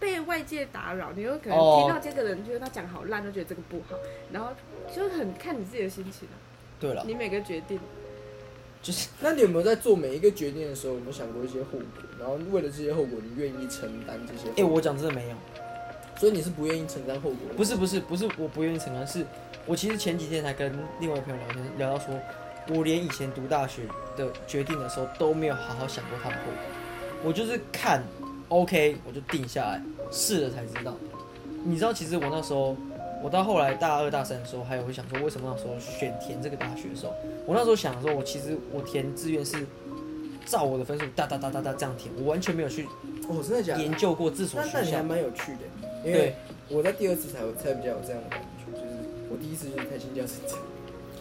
C: 被外界打扰，你有可能
A: 哦
C: 听到这个人觉得他讲好烂，就觉得这个不好，然后就很看你自己的心情啊。
A: 对了，
C: 你每个决定，
A: 就是
B: 那你有没有在做每一个决定的时候，有没有想过一些后果？然后为了这些后果，你愿意承担这些
A: 哎、
B: 后果？
A: 我讲真的没有，
B: 所以你是不愿意承担后果的？
A: 不是不是不是，我不愿意承担，是我其实前几天才跟另外一个朋友聊天，聊到说，我连以前读大学的决定的时候都没有好好想过它的后果，我就是看 OK 我就定下来，试了才知道。你知道，其实我那时候，我到后来大二大三的时候，还有会想说，为什么那时候选填这个大学的时候，我那时候想说，我其实我填志愿是照我的分数哒哒哒哒哒这样填，我完全没有去
B: 哦，真的假的？
A: 研究过这所
B: 那
A: 学
B: 那你
A: 校
B: 还。蛮有趣的，因为
A: 对
B: 我在第二次才有才比较有这样的感觉，就是我第一次就是开心教室讲，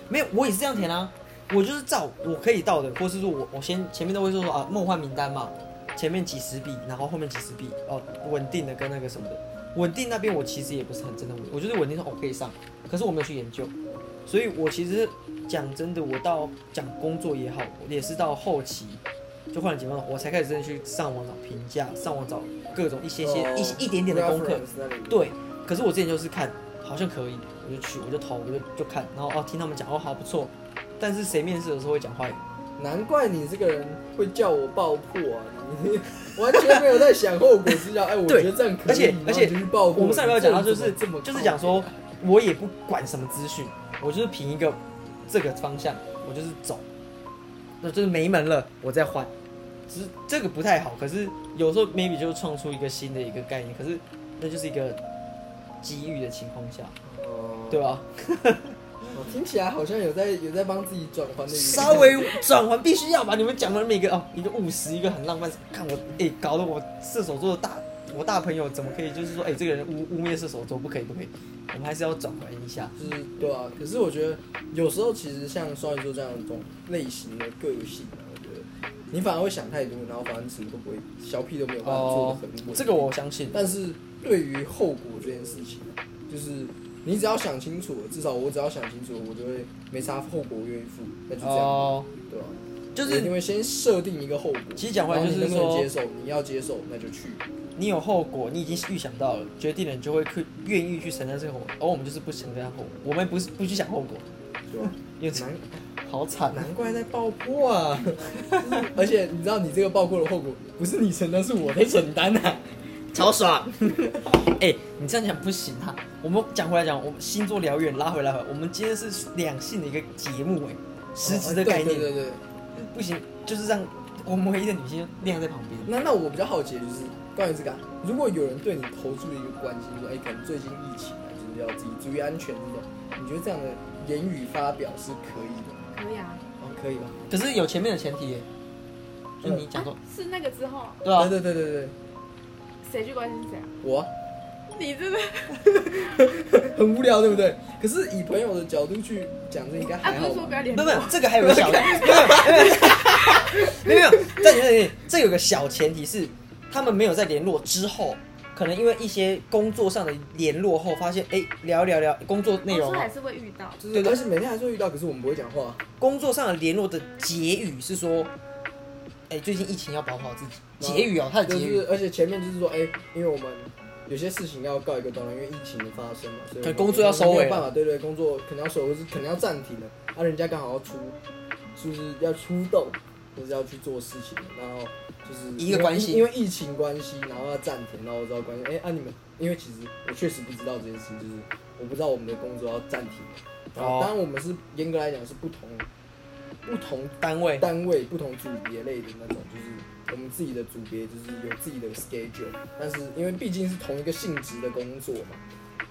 A: 没有，我也是这样填啊，我就是照我可以到的，或是说我我先前面都会说说啊梦幻名单嘛，前面几十笔，然后后面几十笔哦稳定的跟那个什么的，稳定那边我其实也不是很真的稳，我就是稳定说哦可以上，可是我没有去研究，所以我其实讲真的，我到讲工作也好，我也是到后期。就换了几方，我才开始真的去上网找评价，上网找各种一些些、
B: 哦
A: 一一点点的功课，
B: reference 那里，
A: 对，可是我之前就是看，好像可以，我就去，我就投，我就就看，然后哦听他们讲，哦好不错，但是谁面试的时候会讲坏语？
B: 难怪你这个人会叫我爆破啊！你 (laughs) 完全没有在想后果，知道？哎，我觉
A: 对
B: 得这样可以，
A: 而且
B: 然后
A: 而且
B: 就去爆破。
A: 我们上礼拜讲到就是
B: 你哦这么
A: 就是讲说，我也不管什么资讯，我就是凭一个这个方向，我就是走，那就是没门了，我再换。只是这个不太好，可是有时候 maybe 就创出一个新的一个概念，可是那就是一个机遇的情况下，
B: 哦
A: 对，吧？
B: 哦听起来好像有在有在帮自己转换的，
A: 稍微转换必须要把你们讲的每个哦，一个务实，一个很浪漫。看我，哎、搞得我射手座的大我大朋友怎么可以就是说，哎、这个人污污蔑射手座，不可以不可以，我们还是要转换一下。
B: 就是对啊。可是我觉得有时候其实像双鱼座这样一种类型的个性啊，我觉得你反而会想太多，然后反而什么都不会，小屁都没有办法做的很稳。
A: 这个我相信。
B: 但是对于后果这件事情，就是你只要想清楚了，至少我只要想清楚了，我就会没啥后果我愿意负，那就这样，
A: 哦，
B: 对吧、
A: 就是
B: 因为先设定一个后果，
A: 其实讲回来就是
B: 然后你能不能
A: 说
B: 接受，你要接受那就去，
A: 你有后果，你已经预想到了，决定了你就会去愿意去承担这个后果，而哦我们就是不承担后果，我们不是不去想后果，
B: 对
A: (laughs)
B: 吧？
A: 因为好惨
B: 难
A: 啊！
B: 难怪在爆破啊！ (laughs) 就是而且你知道，你这个爆破的后果不是你承担，是我在承担啊！
A: 超爽。 (laughs) 哎、你这样讲不行啊！我们讲回来讲，我们星座聊远，拉回来回来，我们今天是两性的一个节目、哎， (laughs) 实质的概念、
B: 哦对对对对。
A: 不行，就是让我们唯一的女性晾在旁边。
B: 那那我比较好奇的就是关于这个、啊，如果有人对你投注一个关心，说，哎、可能最近疫情啊，就是要自己注意安全这种，你觉得这样的言语发表是可以的吗？
C: 可以啊，
B: 哦，可以吧？
A: 可是有前面的前提、哎哎就
B: 嗯
A: 你讲说，
C: 啊是那个之后
A: 对啊，
B: 对对对对对，
C: 谁去关心谁啊？
B: 我啊
C: 你真的
B: (laughs) 很无聊，对不对？可是以朋友的角度去讲，这应该
C: 啊，
B: 还
C: 不
B: 好
C: 是说
B: 吧
C: 不？要联
A: 不
C: 络
A: 不，，这个还有个小，没有没有没有没有，这里这里，这有个小前提是，他们没有在联络之后，可能因为一些工作上的联络后，发现哎、聊一聊聊工作内
C: 我
A: 容
C: 说
A: 哦，
C: 还是会遇到，
B: 就是，但是每天还是会遇到，可是我们不会讲话，
A: 工作上的联络的结语是说，哎、最近疫情要保护好自己，结语哦，他的
B: 就
A: 结
B: 是
A: 语，
B: 而且前面就是说，哎、因为我们有些事情要告一个段落，因为疫情的发生嘛，所以我
A: 可
B: 们
A: 工作要收尾了
B: 没有办法，对对，工作可能要收尾，或是可能要暂停了。啊，人家刚好要出，就是要出动，就是要去做事情，然后就是
A: 一个关系
B: 因为因为疫情关系，然后要暂停，然后我知道关系，哎、啊你们，因为其实我确实不知道这件事情，就是我不知道我们的工作要暂停了。然后
A: 哦
B: 当然我们是严格来讲是不同不同
A: 单位，
B: 单位不同组别类的那种，就是我们自己的组别就是有自己的 schedule，但是因为毕竟是同一个性质的工作嘛，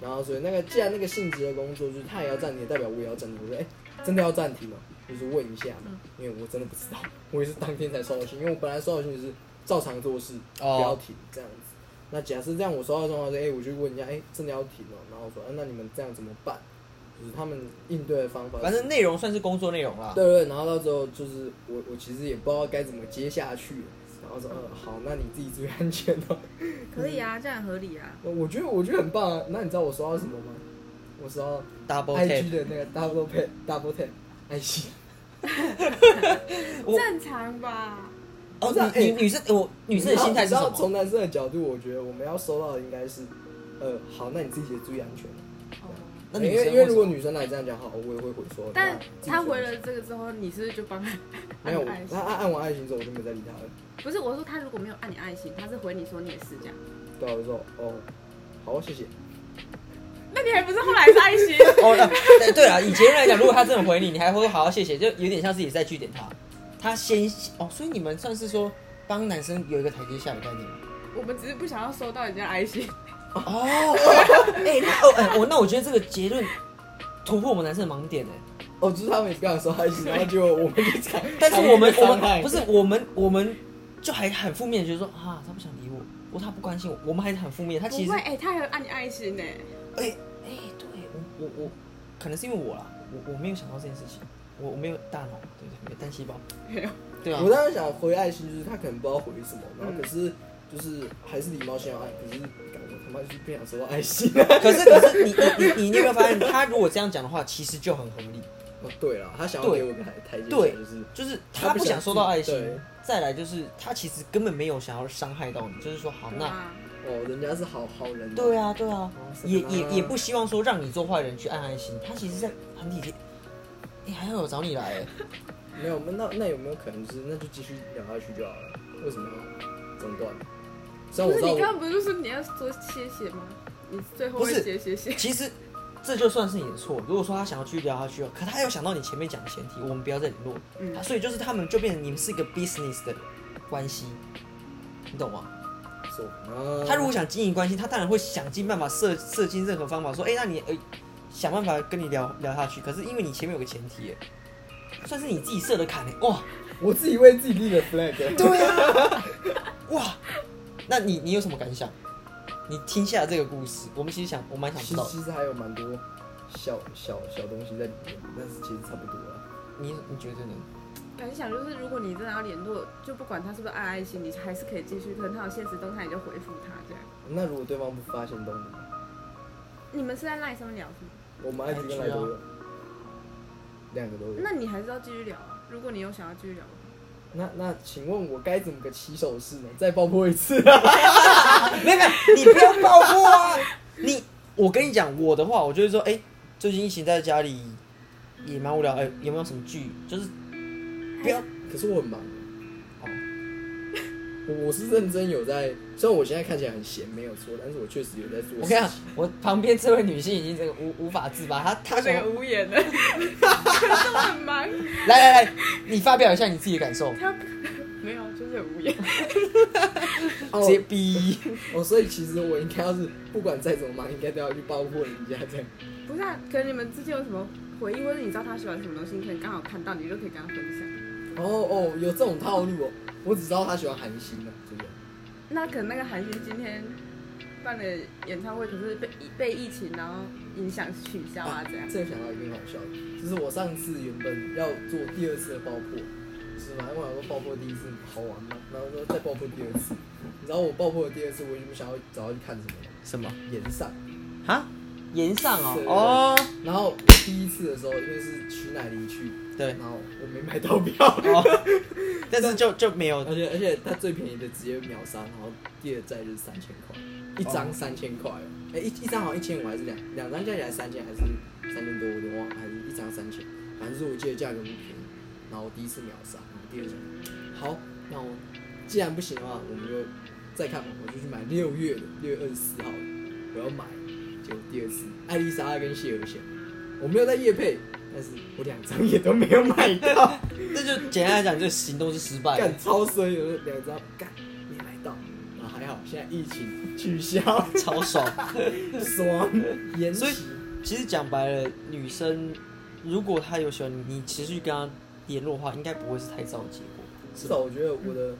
B: 然后所以那个既然那个性质的工作就是他也要暂停，代表我也要暂停，我说哎、真的要暂停吗？就是问一下
A: 嗯
B: 嘛，因为我真的不知道，我也是当天才收到信，因为我本来收到信就是照常做事，
A: 哦
B: 不要停这样子。那假设这样我收到的状况是，哎、我就问一下，哎、真的要停了、然后我说、啊，那你们这样怎么办？就是他们应对的方法是什么，
A: 反正内容算是工作内容啦。
B: 对对，然后到最后就是我我其实也不知道该怎么接下去，然后说嗯好，那你自己注意安全哦。 (laughs)
C: 可以啊，这样很合理啊。
B: 我觉得我觉得很棒啊。那你知道我收到什么吗？我收到
A: Double
B: IG
A: tap，
B: 的那个 double pay double tap 爱心。
A: 我
C: 正常吧？
B: 不是啊
A: 哦，
B: 哎
A: 女女女生，我女生的心态
B: 你
A: 是
B: 知
A: 什
B: 道
A: 么？
B: 从男生的角度，我觉得我们要收到的应该是，呃，好，那你自己也注意安全。
C: 哦，
A: 那
B: 因
A: 女
B: 为
A: 生
B: 因为
A: 什
B: 如
A: 么
B: 果女生来这样讲，好，我也会回说。
C: 但
B: 那自己
C: 他
B: 注意
C: 回
B: 安
C: 了
B: 全
C: 这个之后，你是不是就帮他 (laughs)
B: 没有，我
C: 按爱
B: 他
C: 心？
B: 按按完爱心之后，我就没再理他了。
C: 不是，我说他如果没有按你爱心，他是回你说你也是这样，
B: 对啊，我就说哦，好，谢谢。
C: 那你还不是后来是爱心？
A: 哦，啊对对了，以前来讲，如果他真的回你，你还会好好谢谢，就有点像是也在据点他。他先哦，所以你们算是说帮男生有一个台阶下的概念吗。
C: (laughs) 我们只是不想要收到人家爱心。
A: 哦，哎、那哦，哎、我那我觉得这个结论突破我们男生的盲点哎、，
B: 哦，就是他们也不想说爱心，然后结果我们就惨
A: 但是我们
B: 惨
A: 我
B: 被伤害
A: 们不是我们我们就还很负面，觉得说啊他不想理我，我他不关心我，我们还是很负面。他
C: 不
A: 其实
C: 会，
A: 哎
C: 哎、他还有按你爱心呢、
A: 哎、对我我我可能是因为我啦，我我没有想到这件事情，我我没有大脑，对对，没有单细胞，
C: 没有。
A: 对啊
B: 我，当时想回爱心，就是他可能不知道回什么，然后
C: 嗯
B: 可是就是还是礼貌性要爱，可是感觉他妈就是不想收到爱心。啊
A: 可是可是你你你你有没有发现，他如果这样讲的话，其实就很合理。
B: (laughs) 哦，对了，他想要
A: 对
B: 给我个台台阶下，
A: 对
B: 就是
A: 就是他不想收到爱
B: 他不想
A: 心
B: 对，
A: 再来就是他其实根本没有想要伤害到你，就是说好那
C: 啊，
B: 哦，人家是好好人。
A: 对
B: 啊，
A: 啊对啊
B: 哦，是
A: 也
B: 的
A: 也也不希望说让你做坏人去按爱心，他其实在很体贴。哎，还好有找你来，哎
B: 没有，那那有没有可能就是那就继续聊下去就好了？为什么要中断？虽然我
C: 不是
B: 知道
C: 你
B: 我
C: 刚刚不是说你要说谢谢吗？你最后
A: 不
C: 会
A: 是
C: 写谢谢。
A: 其实这就算是你的错。如果说他想要继续聊下去哦，可他有想到你前面讲的前提，我们不要再联络，
C: 嗯
A: 啊所以就是他们就变成你们是一个 business 的关系，你懂吗？
B: 说啊，
A: 他如果想经营关系，他当然会想尽办法设设计任何方法，说，哎、那你呃想办法跟你聊聊下去。可是因为你前面有个前提，哎算是你自己设的坎，哎哇，
B: 我自己为自己立了 flag，
A: 对啊， (laughs) 哇，那你你有什么感想？你听下这个故事，我们其实想，我蛮想知
B: 其
A: 道
B: 实
A: 的。
B: 其实还有蛮多小小小东西在里面，但是其实差不多了。
A: 你你觉得呢？
C: 感想就是，如果你真的要联络，就不管他是不是按爱心，你还是可以继续跟他有现实动态，你就回复他这样。
B: 那如果对方不发现东西呢？
C: 你们是在赖上面聊是吗？
B: 我们 IG 跟来都有，两个都有。
C: 那你还是要继续聊啊。如果你有想要继续聊的话，
B: 那那请问我该怎么个起手式呢？再爆破
A: (laughs)
B: 一次
A: 啊没有没有，你不要爆破
B: (laughs)
A: 啊！你，我跟你讲，我的话，我就会说，哎、最近疫情在家里也蛮无聊，哎、有没有什么剧？就是不要，
B: 可是我很忙，我我是认真有在，虽然我现在看起来很闲没有错，但是我确实有在做
A: 我跟你
B: 事
A: 讲
B: 情。，
A: 我旁边这位女性已经这个无无法自拔，她她
C: 他这
A: 想
C: 个无言的，可是我很忙，
A: 来来来，你发表一下你自己的感受，
C: 他没有，就是很无言。
A: 直接
B: 哦
A: 逼。
B: 哦，所以其实我应该要是不管再怎么忙，应该都要去爆破人家这样。
C: 不是啊，可能你们之间有什么回忆，或者你知道他喜欢什么东西，你可能刚好看到，你就可以跟他分享。
B: 哦哦，有这种套路哦，我只知道他喜欢韩星啊，真的。
C: 那可能那个韩星今天办了演唱会，可是被被疫情然后影响取消啊，这样。
B: 这个想到一个好笑的，就是我上次原本要做第二次的爆破，就是我还问我说爆破第一次好玩吗？然后说再爆破第二次，你知道我爆破的第二次，我原本想要找他去看什么吗？
A: 什么？
B: 岩上。
A: 啊？岩上哦
B: 是，
A: 哦，
B: 然后我第一次的时候，因为是徐乃麟去，
A: 哦对
B: 然，后我没买到票， (laughs)
A: 哦，但是就就没有
B: 而且而且他最便宜的直接秒杀，然后第二站就是三千块，一张三千块哦，哎、一一张好像一千五还是两两张加起来三千还是三千多，我有点忘了，还是一张三千，反正是我记得价格不便宜，然后我第一次秒杀，然后第二张，好，那我既然不行的话，我们就再看吧，我就去买六月的六月二十四号的，我要买，结果第二次艾丽莎跟谢尔贤，我没有在夜配，但是我两张也都没有买到。
A: 这就简单来讲，这行动是失败的
B: 干，超衰，有的两张干没买到，然后还好现在疫情取消，
A: 超爽。
B: 爽延期
A: 所以。其实讲白了，女生如果她有喜欢你，你持续跟她联络的话，应该不会是太糟的结果。
B: 至少我觉得我的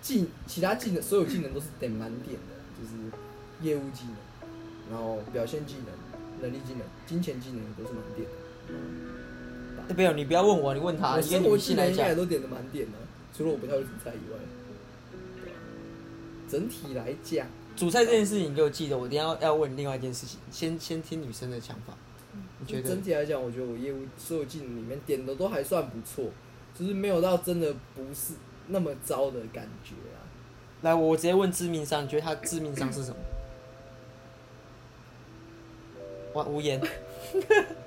B: 技其他技能所有技能都是得满点的，就是业务技能，然后表现技能、能力技能、金钱技能都是满点的。
A: 那没有，哎你不要问我，你问她。
B: 我
A: 一个
B: 生活
A: 女
B: 技
A: 性
B: 能
A: 来
B: 应
A: 讲
B: 该也，都点的满点的，除了我不太会煮菜以外。整体来讲，
A: 煮菜这件事情，你给我记得，我等一下要要问另外一件事情，先先听女生的想法。你觉得
B: 整？体来讲，我觉得我业务所有技能里面点的都还算不错，就是没有到真的不是那么糟的感觉啊。
A: 来，我我直接问致命伤，你觉得她致命伤是什么？我无言。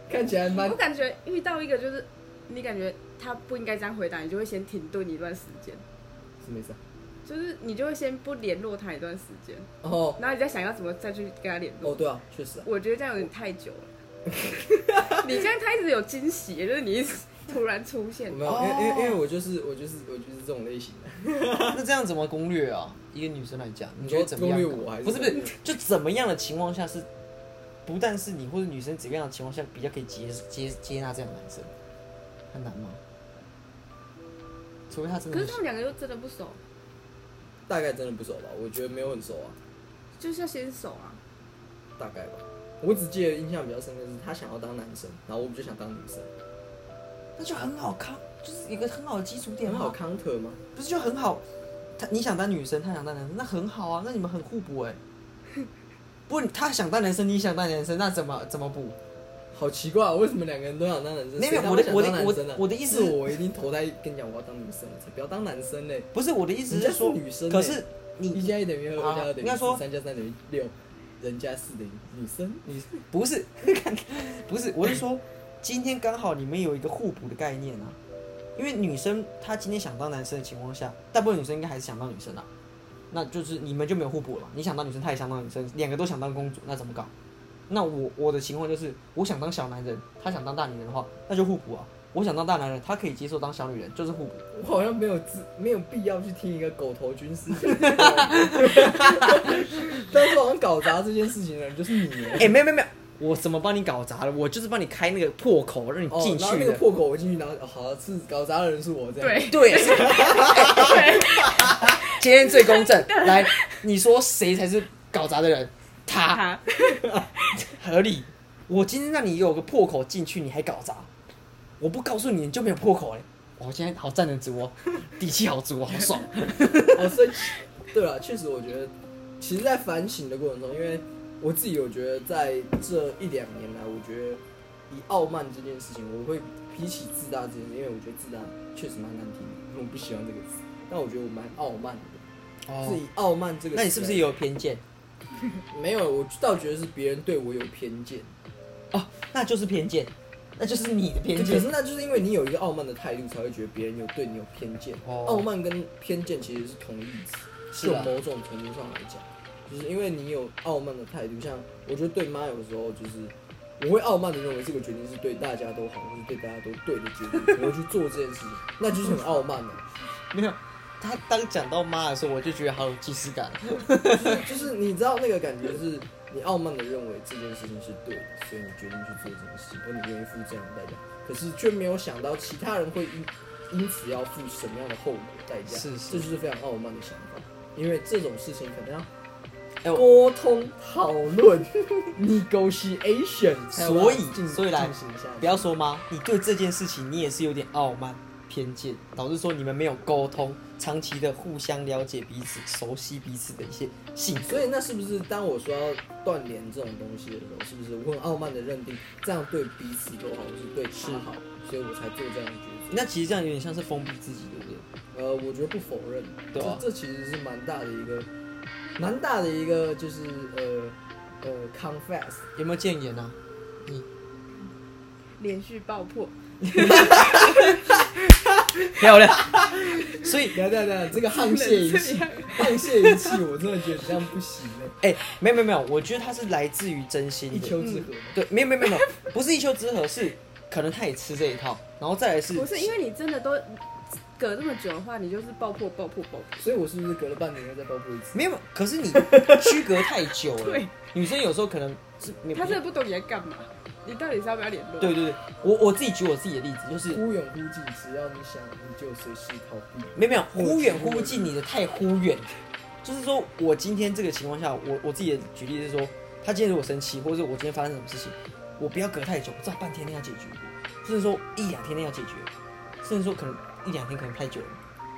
B: 看起来蛮
A: 哦
C: 我感觉遇到一个就是，你感觉他不应该这样回答，你就会先停顿一段时间，
B: 什么意思啊？
C: 就是你就会先不联络他一段时间，
B: 哦
C: 然后你再想要怎么再去跟他联络。
B: 哦，对啊，确实啊。
C: 我觉得这样有点太久了。
A: (laughs)
C: 你这样他一直有惊喜，就是你一直突然出现
A: 嗯
B: 我。没有，因为因为因为我就是我就是我就是这种类型的，
A: (laughs) 那这样怎么攻略啊？一个女生来讲，你觉得怎么样？啊
B: 攻略我还是
A: 不是不是，就怎么样的情况下是，不但是你或者女生怎么样的情况下比较可以接接接纳这样的男生，很难吗？除非他真的
C: 可
A: 很
C: 是他们两个又真的不熟，
B: 大概真的不熟吧？我觉得没有很熟啊，
C: 就是要先熟啊。
B: 大概吧。我只记得印象比较深刻是他想要当男生，然后我比较想当女生，
A: 那就很好看，就是一个很好的基础点
B: 很
A: 嘛
B: 好 counter 吗？
A: 不是就很好？他你想当女生，他想当男生，那很好啊，那你们很互 (laughs) 补哎、不，他想当男生，你想当男生，那怎么怎么补？
B: 好奇怪、啊，为什么两个人都想当男生？
A: 没有
B: 谁他妈
A: 我的
B: 想
A: 我
B: 当
A: 的
B: 男
A: 我
B: 生啊
A: 我的意思
B: 是我一定投胎跟你讲，我要当女生，我才不要当男生嘞。
A: 不是我的意思
B: 人家
A: 是
B: 是
A: 说，
B: 女生
A: 可
B: 欸
A: 是你
B: 一加一等于二，
A: 啊
B: 二加二等
A: 应
B: 于
A: 该说
B: 四，三加三等于六，人加四等于女生。
A: 你不是， (laughs) 不是，我是说，今天刚好你们有一个互补的概念啊。因为女生她今天想当男生的情况下，大部分女生应该还是想当女生啊。那就是你们就没有互补了嘛。你想当女生，她也想当女生，两个都想当公主，那怎么搞？那我我的情况就是，我想当小男人，她想当大女人的话，那就互补啊。我想当大男人，她可以接受当小女人，就是互补。
B: 我好像没有资，没有必要去听一个狗头军师。 (laughs) 但是好像搞砸这件事情的人就是你耶。
A: 哎、没有没有没有，我怎么帮你搞砸了？我就是帮你开那个破口，让你
B: 哦
A: 进，
B: 然后
A: 去
B: 那
A: 的。
B: 个破口我进去，然后哦好是搞砸的人是我这样。，
A: (laughs)
C: 对，
A: 对，今天最公正。来，你说谁才是搞砸的人？他
C: 他
A: 合理。我今天让你有个破口进去，你还搞砸，我不告诉你，你就没有破口嘞。我今天好站得住哦， (laughs) 底气好足哦，好爽。
B: (laughs) 哦，所以对了，确实我觉得，其实，在反省的过程中，因为我自己有觉得，在这一两年来，我觉得以傲慢这件事情，我会比起自大这件事，因为我觉得自大确实蛮难听的，因为我不喜欢这个词，但我觉得我蛮傲慢的，是以傲慢这个词来。
A: 哦那你是不是也有偏见？
B: 没有？我倒觉得是别人对我有偏见，
A: 哦，那就是偏见，那就是你的偏
B: 可
A: 见
B: 是。那就是因为你有一个傲慢的态度，才会觉得别人有对你有偏见。
A: 哦
B: 傲慢跟偏见其实是同义词，
A: 是啊
B: 就某种程度上来讲，就是因为你有傲慢的态度，像我觉得对妈有时候就是。我会傲慢的认为这个决定是对大家都好，或是对大家都对的决定，我会去做这件事情，那就是很傲慢的、
A: 没有，他当讲到妈的时候，我就觉得好有既视感。
B: 就是就是你知道那个感觉是，你傲慢的认为这件事情是对的，所以你决定去做这件事情，而你愿意付这样的代价，可是却没有想到其他人会因因此要付什么样的后果代价，
A: 是是
B: 这就是非常傲慢的想法，因为这种事情可能
A: 哎
B: 要
A: 我
B: 沟通讨论 (laughs) negotiation，才有办法
A: 所以
B: 进
A: 所以来
B: 进行下去
A: 不要说妈，你对这件事情你也是有点傲慢、偏见，导致说你们没有沟通，长期的互相了解彼此、熟悉彼此的一些性格。
B: 所以那是不是当我说要断联这种东西的时候，是不是我很傲慢的认定这样对彼此都好，或是对他好，所以我才做这样的抉择？
A: 那其实这样有点像是封闭自己，对不对？
B: 呃，我觉得不否认，
A: 对啊
B: 这这其实是蛮大的一个，蛮大的一个就是呃呃 confess，
A: 有没有 (laughs) 谏言啊？你
C: 连续爆破，
A: 漂亮。所以，
B: 等一下等一下等 (laughs) 一下，这个沆瀣一气，沆瀣一气，我真的觉得你这样不行欸
A: 哎、没有没有没有，我觉得他是来自于真心的。
B: 一丘之貉。
A: 对，没有没有没有没有，不是一丘之貉，是可能他也吃这一套，然后再来是
C: 不是因为你真的都隔这么久的话，你就是爆破爆破爆破。
B: 所以我是不是隔了半年要再爆破一次？
A: 没有，可是你区隔太 (laughs) 久了
C: 对。
A: 女生有时候可能是没有
C: 他真的不懂你在干嘛，你到底是要不要联络？
A: 对对对，我我自己举我自己的例子，就是
B: 忽远忽近，只要你想，你就随时逃避。
A: 没有没有忽远忽近，你的太忽远，就是说我今天这个情况下，我我自己的举例是说，他今天如果生气，或者是我今天发生什么事情，我不要隔太久，我至少半天内要解决，甚至说一两天内要解决，甚至说可能一两天可能太久了，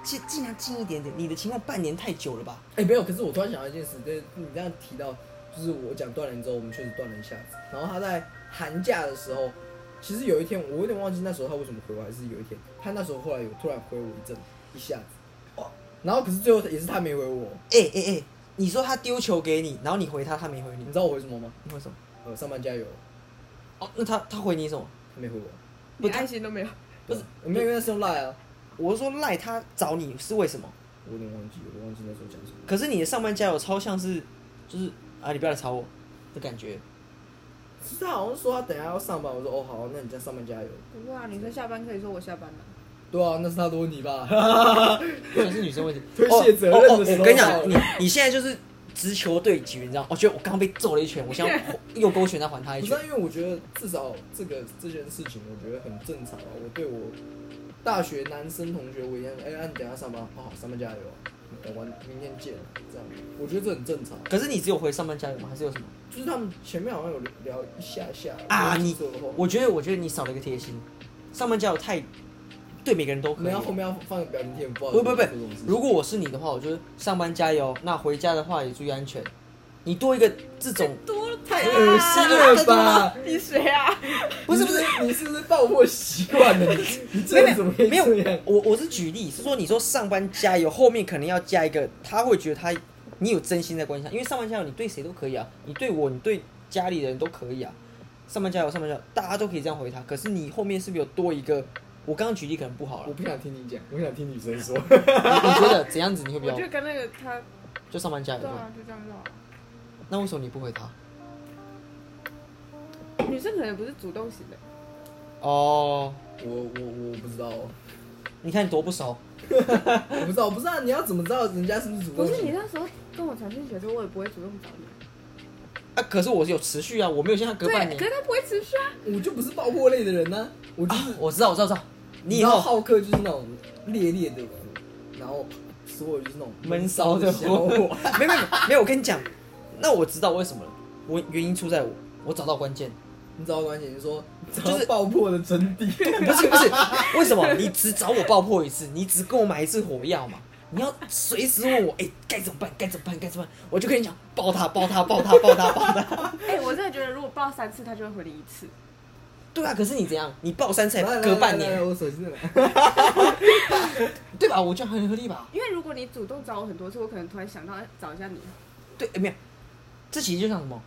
A: 尽尽量近一点点。你的情况半年太久了吧？
B: 哎、没有，可是我突然想到一件事，对你这样提到，就是我讲断联之后，我们确实断了一下子。然后他在寒假的时候，其实有一天我有点忘记那时候他为什么回我，还是有一天他那时候后来有突然回我一阵，一下子。哇！然后可是最后也是他没回我，
A: 哎哎哎，你说他丢球给你，然后你回他，他没回你
B: 你，知道我回什么吗？
A: 你回什么？
B: 呃，上班加油，
A: 哦，那他他回你什么？
B: 他没回我。
C: 连爱心都没有。
A: 不是
B: 我没有，因为那是用赖啊，
A: 我是说赖他找你是为什么？
B: 我有点忘记，我忘记那时候讲什么。
A: 可是你的上班加油超像是，就是啊，你不要来吵我的感觉。
B: 是他好像说他等一下要上班，我说哦好，那你在上班加油。
C: 不过啊，女生下班可以说我下班了。
B: 对啊，那是他的问题吧？
A: 可能是女生问题，
B: 推卸责任的时
A: 哦哦哦
B: 候
A: 我跟你
B: 到了
A: 讲，你你现在就是直球对局，你知道？我觉得我刚刚被揍了一拳，我想要右勾拳再还他一
B: 不是
A: 拳
B: 啊，。因为我觉得至少这个这件事情，我觉得很正常啊。我对我大学男生同学，我一样，哎、那、你等一下上班，好好上班加油啊，等完明天见，这样，我觉得这很正常。
A: 可是你只有回上班加油吗？还是有什么？
B: 就是他们前面好像有聊一下下
A: 啊
B: 我忘记
A: 你
B: 说的话
A: 我觉得，我觉得你少了一个贴心。上班加油太对每个人都可
B: 没
A: 以
B: 有。后面要放个表情贴，不好意
A: 不不
B: 思
A: 不
B: 做这种事，情
A: 如果我是你的话，我就是上班加油，那回家的话也注意安全。你多一个这种，
C: 多了太
B: 恶心了吧？
C: 你谁啊？
A: 不是不是，
B: (laughs) 你是不是爆破习惯
A: (laughs)
B: 了？你你这人怎么可以
A: 没有
B: 这样？
A: 我我是举例，是说你说上班加油，后面可能要加一个，他会觉得他你有真心在关心他，因为上班加油你对谁都可以啊，你对我，你对家里人都可以啊，上班加油，上班加油，大家都可以这样回他。可是你后面是不是有多一个？我刚刚举例可能不好了
B: 我，不想听你讲，我想听
A: (laughs)
B: 女生说。
A: 你你觉得 (laughs) 怎样子你会比
C: 我
A: 较
C: 就跟那个他，
A: 就上班加油
C: 对
A: 会？
C: 啊，就这样就好了。
A: 那为什么你不回他？
C: 女生可能不是主动型的，
A: 哦，
B: 我我我不知道哦，
A: 你看你多不熟，
B: 我不知道，我不知道你要怎么知道人家是不是主动
C: 不
B: 型？
C: 是你那时候跟我传讯息的时候，我也不会主动找你。
A: 啊，可是我是有持续啊，我没有像他隔半
C: 对，
A: 年
C: 可。是他不会持续 (laughs) 啊。
B: 我就不是爆破类的人呢、我就
A: 啊
B: 是、，
A: (coughs) 我知道，我知道，我知道。你以
B: 知道
A: 后
B: 好客就是那种烈烈的人，然后所有就是那种
A: 闷骚的
B: 小
A: 货， (laughs) 没有没有没有，我跟你讲，那我知道为什么了，我原因出在我我找到关键，
B: 你知道关键？你说
A: 就是
B: 找爆破的真谛，
A: 不是不
B: (laughs)
A: 是，为什么你只找我爆破一次，你只给我买一次火药嘛？你要随时问我，哎、该怎么办？该怎么办？该怎么办？我就跟你讲，
B: (laughs)
A: 爆他，爆他，爆他，爆他，爆他。
C: 哎，我真的觉得如果报三次，他就会回你一次。
A: 对啊，可是你怎样？你报三次
B: 来
A: 还隔半
B: 来来来
A: 年，
B: 我手机在哪？
A: 对吧？我这样很合理吧？
C: 因为如果你主动找我很多次，我可能突然想到哎找一下你。
A: 对，哎没有，这其实就像什么？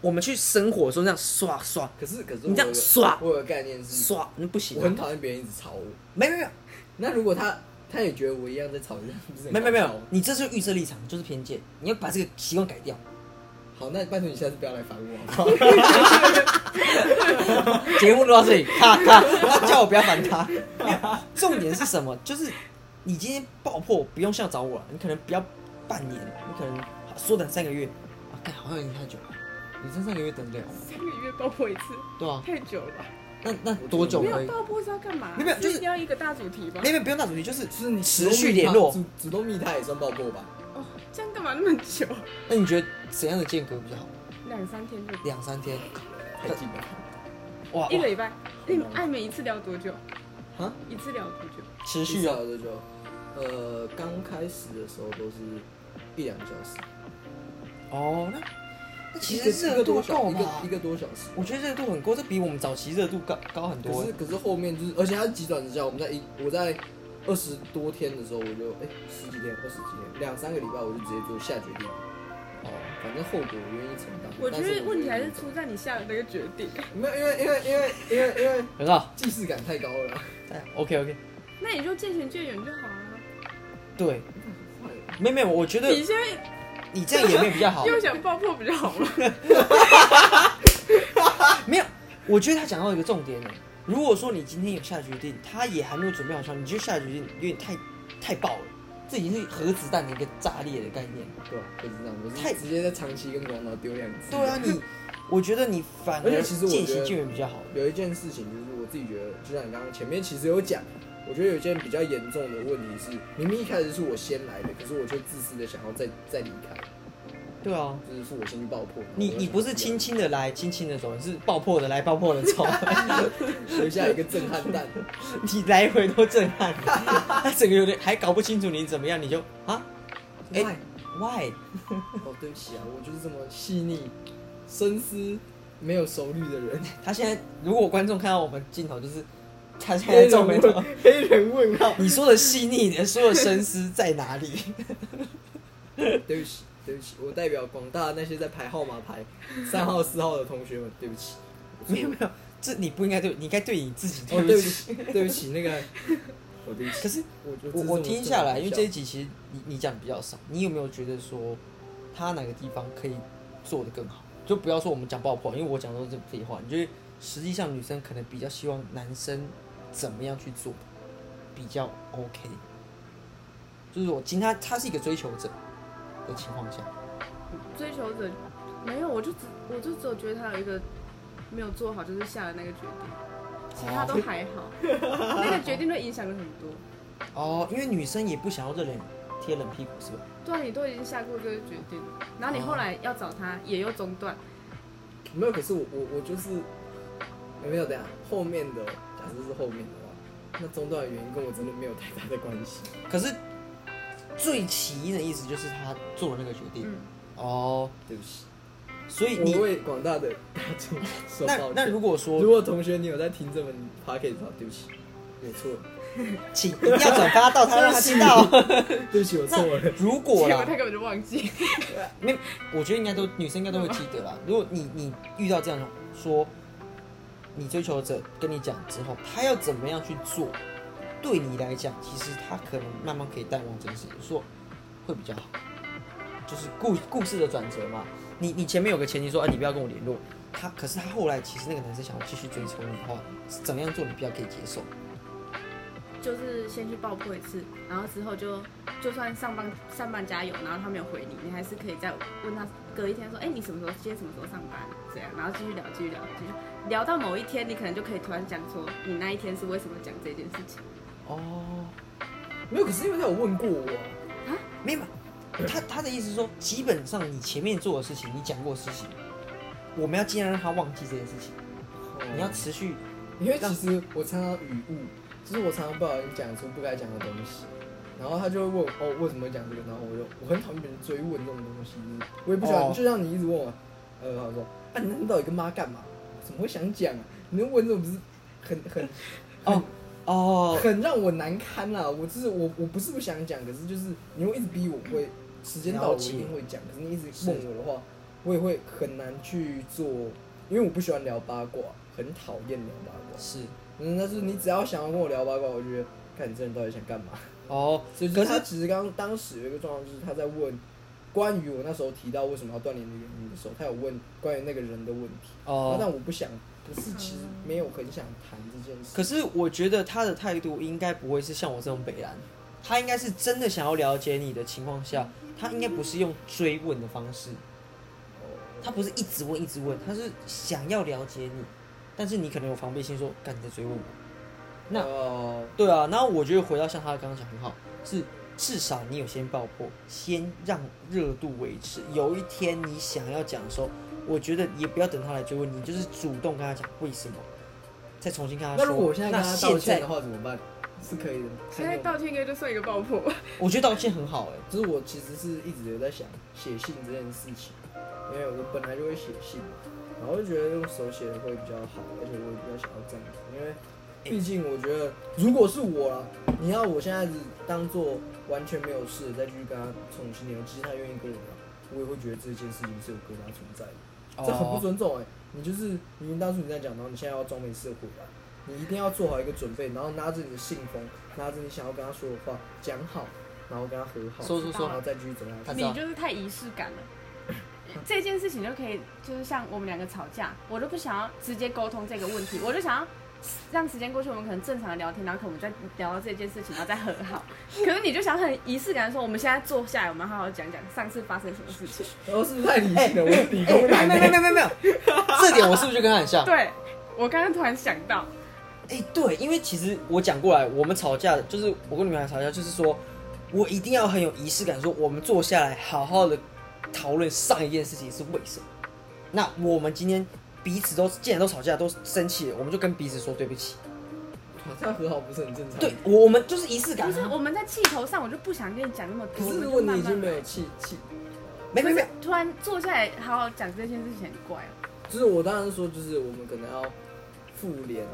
A: 我们去生火的时候那样刷刷
B: 可是可是
A: 你这样
B: 我有个
A: 刷
B: 我有个概念是，
A: 刷，嗯，不行
B: 我
A: 啊、
B: 很讨厌别人一直吵我。
A: 没没没
B: 那如果他他也觉得我一样在吵，那不是很
A: 没没没
B: 尴尬
A: 有
B: 吗，
A: 你这是预设立场，就是偏见，你要把这个习惯改
B: (laughs)
A: 掉。
B: 好，那拜托你下次不要来烦我好不好？
A: 节目录到这里，咔
B: (laughs)
A: 咔，叫我不要烦他。没有重点是什么？就是你今天爆破不用像找我了，你可能不要半年，你可能缩短三个月。啊，干好像有点太久了，你这三个月等得了吗？
C: 三个月爆破一次，
A: 对啊，
C: 太久了吧？
A: 那那多久
B: 我
C: 没
A: 可
C: 有
A: 以？
C: 爆破是要干嘛？
A: 没有没有就是
C: 一定要一个大主题吧
A: 那？边不用大主题，就是
B: 就是你
A: 持续联络
B: 主主动密他也算爆破吧？
C: 哦，这样干嘛那么久？
A: 那你觉得怎样的间隔比较好？
C: 两三天就够
A: 两三天，
B: 太近了，
A: 哇，哇
C: 一个礼拜。你们爱每一次聊多久？
A: 啊，
C: 一次聊多久？
A: 持续
B: 小
A: 哦，
B: 的啊就，呃，刚开始的时候都是一两个小时，
A: 哦，那那其
B: 一
A: 实
B: 个一
A: 热
B: 个
A: 度
B: 多小
A: 够
B: 一
A: 嘛
B: 个一？个多小时。
A: 我觉得热度很高，这比我们早期热度高高很
B: 可
A: 多
B: 是。可是后面就是，而且它是急转直下。我们在一我在二十多天的时候，我就哎十几天、二十几天、两三个礼拜，我就直接做下决定。哦，反正后果我愿意承担。
C: 我觉
B: 但是
C: 得问题还
B: 愿
C: 嗯
B: 意
C: 是出在你下的那个决 (laughs) 定。
B: 没有，因为因为因为因为因为
A: 很好
B: 既视感太高了， (laughs)
A: ，OK OK，
C: 那你就渐行渐远就好啊。
A: 对，
B: 很坏耶
A: 没有没有，我觉得
C: 你现在
A: 你这样也没有比较好。 (laughs)
C: 又想爆破比较好吗？ (laughs)
A: 没有，我觉得他讲到一个重点呢。如果说你今天有下决定，他也还没有准备好枪，你就下决定，有点太太爆了，这已经是核子弹的一个炸裂的概念。
B: 对吧？啊就是这样，我
A: 太
B: 是直接在长期跟广岛丢两次。
A: 对 (laughs) 啊，你，我觉得你反
B: 而
A: 而
B: 且其实我觉得
A: 渐行渐远比较好。
B: 有一件事情就是我自己觉得，就像你刚刚前面其实有讲，我觉得有一件比较严重的问题是，明明一开始是我先来的，可是我却自私的想要再再离开，
A: 对啊，
B: 就是是我先爆破。
A: 你你不是轻轻的来，轻轻的走，你是爆破的来，爆破的走， (laughs)
B: 留下一个震撼弹，
A: 你来回都震撼， (laughs) 他整个有点还搞不清楚你怎么样，你就啊哎
B: (laughs) 哎，
A: why？
B: 哦对不起啊，我就是这么细腻、深思、没有熟虑的 (laughs) 人。
A: 他现在如果观众看到我们镜头，就是他现在皱眉头。
B: (laughs) 黑人问号，
A: 你说的细腻，你说的深思在哪里？
B: 对不起，对不起，我代表广大那些在排号码 (laughs) 牌三号、四号的同学们，对不起。
A: (laughs) 没有没有，这你不应该对，你应该对你自己
B: 哦，
A: 对
B: 对
A: 不
B: 不
A: 起。
B: 起，对不起，那个， (laughs) 我对不
A: 可
B: 起。
A: 是
B: 我觉
A: 我
B: 得这是
A: 我听下来，因为这一
B: 真的
A: 集其实你你讲比较少，你有没有觉得说他哪个地方可以做得更好？就不要说我们讲爆破，因为我讲都是废话。你觉得实际上女生可能比较希望男生怎么样去做比较 OK？就是我今天他他是一个追求者的情况下，
C: 追求者没有，我就只我就只有觉得他有一个没有做好，就是下的那个决定，其他都还 (laughs) 好。那个决定都影响了很多。
A: 哦，因为女生也不想要热脸贴冷屁股，是吧？
C: 对啊，你都已经下过这个决定了，然后你后来要找他也又中断，
B: 没有。可是我我我就是没有等一下后面的，假设是后面的话，那中断的原因跟我真的没有太大的关系。
A: 可是最起因的意思就是他做了那个决定、
C: 嗯，
A: 哦，
B: 对不起，
A: 所以
B: 我
A: 你
B: 为广大的大
A: (laughs)
B: 众说
A: 那
B: 抱
A: 那
B: 歉。
A: 如果说
B: 如果同学你有在听这门 p o c k e t 的话，对不起，我
A: (laughs)
B: 错了，
A: 请一定要转发到
B: (laughs)
A: 他让他听到。
B: 对不起，我错了。
A: 如果
C: 结
A: 啦
C: 果他，根本就忘记。
A: 没，我觉得应该都女生应该都会记得啦。如果你你遇到这样的说，你追求者跟你讲之后，他要怎么样去做，对你来讲，其实他可能慢慢可以淡忘这件事情，说会比较好。就是故故事的转折嘛，你你前面有个前提说，啊，你不要跟我联络。他可是他后来其实那个男生想要继续追求你的话，是怎么样做你比较可以接受？
C: 就是先去爆破一次，然后之后就就算上班上班加油，然后他没有回你，你还是可以再问他隔一天说，哎、你什么时候今天什么时候上班？这样，然后继续聊，继续聊，继续聊到某一天，你可能就可以突然讲说，你那一天是为什么讲这件事情？
A: 哦，
B: 没有，可是因为他有问过我啊、
A: 没有， (clears throat) 他他的意思是说，基本上你前面做的事情，你讲过的事情，我们要尽量让他忘记这件事情。你要持续，
B: 因为其实我常常语误，就是我常常不小心讲出不该讲的东西，然后他就会问我哦为什么会讲这个，然后我就我很讨厌别人追问这种东西，就是我也不喜欢，
A: 哦
B: 就像你一直问我，呃，他说啊你那天到底跟妈干嘛？怎么会想讲啊？你的文怎么不是很很
A: 哦哦，
B: 很让我难堪啦？我就是我我不是不想讲，可是就是你会一直逼我，我会时间到
A: 了
B: 我
A: 解
B: 一定会讲。可是你一直问我的话，我也会很难去做，因为我不喜欢聊八卦，很讨厌聊八卦。
A: 是
B: 嗯，但是你只要想要跟我聊八卦，我就觉得，看你这人到底想
A: (laughs)
B: 干嘛？
A: 哦，
B: 所以就
A: 可
B: 是他
A: 是
B: 其实刚当时有一个状况，就是他在问关于我那时候提到为什么要断联的原因的时候，他有问关于那个人的问题。啊但
A: 哦，
B: 我不想，不是其实
C: 嗯
B: 没有很想谈这件事。
A: 可是我觉得他的态度应该不会是像我这种北兰，他应该是真的想要了解你的情况下，他应该不是用追问的方式，他不是一直问一直问，他是想要了解你，但是你可能有防备心说，干你在追问我。那
B: 哦
A: 对啊，然后我觉得回到像他刚刚讲很好，是至少你有先爆破，先让热度维持。有一天你想要讲的时候，我觉得也不要等他来追问你，就是主动跟他讲为什么，再重新跟他
B: 那
A: 说。
B: 如果我现在跟
A: 那
B: 他
A: 现
B: 道歉
A: 在
B: 的话怎么办？是可以的吗。
C: 现在道歉应该就算一个爆破。
A: 我觉得道歉很好哎、
B: 就是我其实是一直有在想写信这件事情，因为我本来就会写信，然后就觉得用手写的会比较好，而且我也比较想要这样子，因为毕竟我觉得如果是我啦，你要我现在只当做完全没有事再去跟他重新联络，其实他愿意跟我聊，我也会觉得这件事情是有疙瘩存在的。
A: 欸
B: 这很
A: 哦
B: 不尊重哎、你就是明明当初你在讲，然后你现在要装没事回来，你一定要做好一个准备，然后拿着你的信封，拿着你想要跟他说的话讲好，然后跟他和好，
A: 说说说
B: 然后再继续走下
A: 他
B: 去。
A: 知道
C: 你就是太仪式感了。这件事情就可以，就是像我们两个吵架，我都不想要直接沟通这个问题，我就想要让时间过去，我们可能正常的聊天，然后可能我们再聊到这件事情，然后再和好。可是你就想很仪式感的说，我们现在坐下来，我们好好讲讲上次发生什么
B: (laughs)
C: 事情。
B: 然后是不是太理性了？我是理
A: 哎、
B: 工
A: 没
B: 男、
A: 没没没没没有， (laughs) 这点我是不是就跟他很像？
C: 对，我刚刚突然想到，
A: 哎、对，因为其实我讲过来，我们吵架就是我跟你们俩吵架，就是说我一定要很有仪式感，说我们坐下来好好的讨论上一件事情是为什么。那我们今天彼此都既然都吵架都生气了，我们就跟彼此说对不起。
B: 这样欸和好不是很正常？
A: 对，，我我们就是仪式感
C: 不是
A: 啊。
C: 我们在气头上，我就不想跟你讲那么
B: 可
C: 多。
B: 是如
C: 我
B: 果
C: 们就慢
B: 你已
C: 慢
B: 经没
C: 来
B: 有，气气，
A: 没没
C: 可
A: 没
C: 是，突然坐下来好好讲这件事情，很怪哦。
B: 就是我当然是说，就是我们可能要复联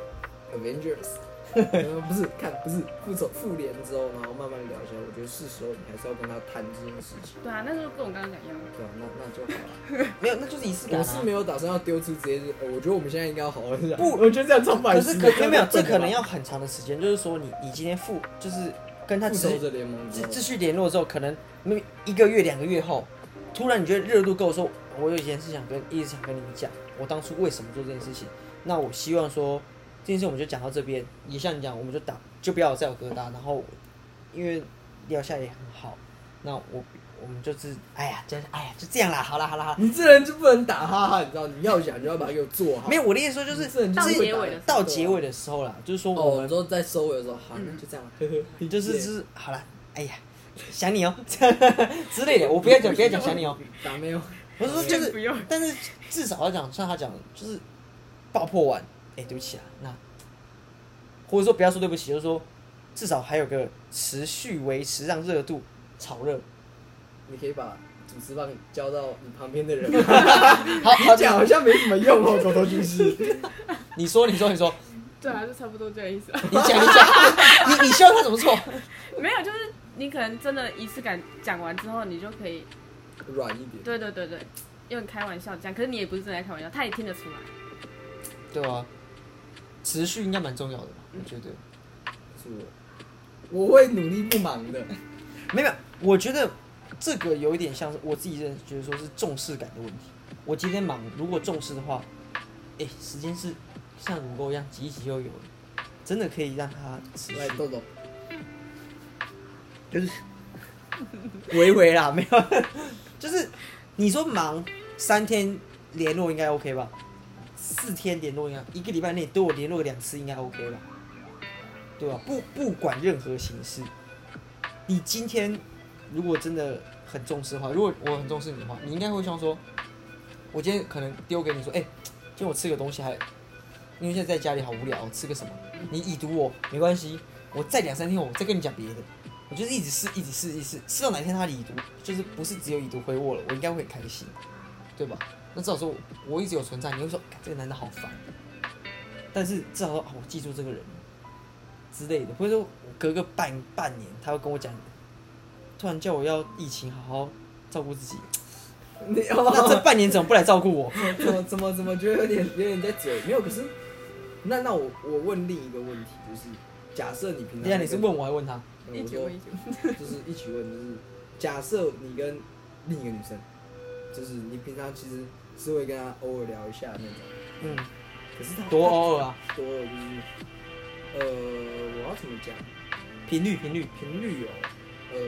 A: (laughs)
B: Avengers，呃不是看不是复仇复联之后，然后慢慢聊一下，我觉得是时候你还是要跟他谈这件事情，
C: 对啊，那就跟我刚刚讲一样。
B: 对吧、那那就好了。
A: 没有，那就是仪式感、啊。
B: 我是没有打算要丢出直接是，呃我觉得我们现在应该要好好讲。
A: 不
B: 我觉得这样超白
A: 可
B: 痴
A: 是
B: 的。
A: 可没有没有，
B: 这
A: 这
B: 样
A: 可能要
B: 笨
A: 很长的时间，就是说你你今天付就是跟
B: 吧
A: 他
B: 复
A: 持续
B: 仇者联盟之
A: 继
B: 后
A: 继续联络之后，可能那一个月两个月后，突然你觉得热度够，说我有一件事想跟一直想跟你们讲，我当初为什么做这件事情，那我希望说这件事我们就讲到这边，也像你讲，我们就打就不要有再有疙瘩，然后因为聊下来也很好，那我我们就是哎呀，就是哎呀就这样啦，好啦好啦好啦，
B: 你这人就不能打哈哈，你知道？你要讲就要把它给我做好。
A: 没有我的意思说就
B: 你这人
A: 是
B: 就
C: 到
B: 是
C: 结尾的时候
A: 到结尾的时候啦，就是说我
B: 哦，
A: 们
B: 之后在收尾的时候，好，
C: 嗯
B: 那就这样了，呵呵。
A: 你就是就
B: 谢谢
A: 是好啦，哎呀想你哦 (laughs) 之类的，我不要讲不要讲想你哦。，
B: 打没有？
A: 我是说就
C: 先不用
A: 是，但是至少要讲，像他讲的，就是爆破完，哎、对不起啊，那或者说不要说对不起，就是说至少还有个持续维持让热度炒热。
B: 你可以把主持棒交到你旁边的人。
A: 好，好
B: 讲好像没什么用哦，狗头军师。
A: 你说，你说，你说，
C: 对啊，就差不多这个意思。
A: 你讲，你讲，你你希望他怎么做？
C: 没有，就是你可能真的仪式感讲完之后，你就可以，
B: 软一点。
C: 对对对对，用开玩笑讲，可是你也不是真的在开玩笑，他也听得出来。
A: 对啊，持续应该蛮重要的吧？
C: 嗯
A: 我觉得，
B: 是我，我会努力不忙的。
A: 没有，我觉得这个有一点像是我自己认觉得说是重视感的问题。我今天忙，如果重视的话，哎、时间是像乳沟一样挤一挤就有了，真的可以让它持
B: 来，
A: 续。
B: 豆豆，
A: 就是维维啦，没有， (laughs) 就是你说忙三天联络应该 OK 吧？四天联络应该一个礼拜内对我联络两次应该 OK 吧？对吧？不不管任何形式，你今天如果真的很重视的话，如果我很重视你的话，你应该会想说，我今天可能丢给你说，哎、今天我吃个东西还，因为现在在家里好无聊，吃个什么？你已读我没关系，我再两三天我再跟你讲别的。我就是一直试，一直试，一直试，试到哪一天他已读，就是不是只有已读回我了，我应该会很开心，对吧？那至少说我一直有存在，你会说，干这个男的好烦，但是至少说啊，我记住这个人之类的，或者说我隔个半半年，他会跟我讲，突然叫我要疫情好好照顾自己，
B: 你
A: 那这
B: 哦，
A: 半年怎么不来照顾我？
B: (laughs) 怎么怎么怎么觉得有点有点在嘴？没有，可是那那我我问另一个问题，就是假设你
A: 等
B: 平常
A: 一下你是问我还是问他？
B: 嗯
C: 一
B: 我
C: 起
B: 说
C: 问 (laughs) 一起
B: 就是一起问，就是假设你跟另一个女生，就是你平常其实是会跟她偶尔聊一下那种，
A: 嗯，
B: 可是她
A: 多偶尔啊，
B: 多偶尔就是，呃，我要怎么讲？
A: 频率频率，
B: 频率哦，呃，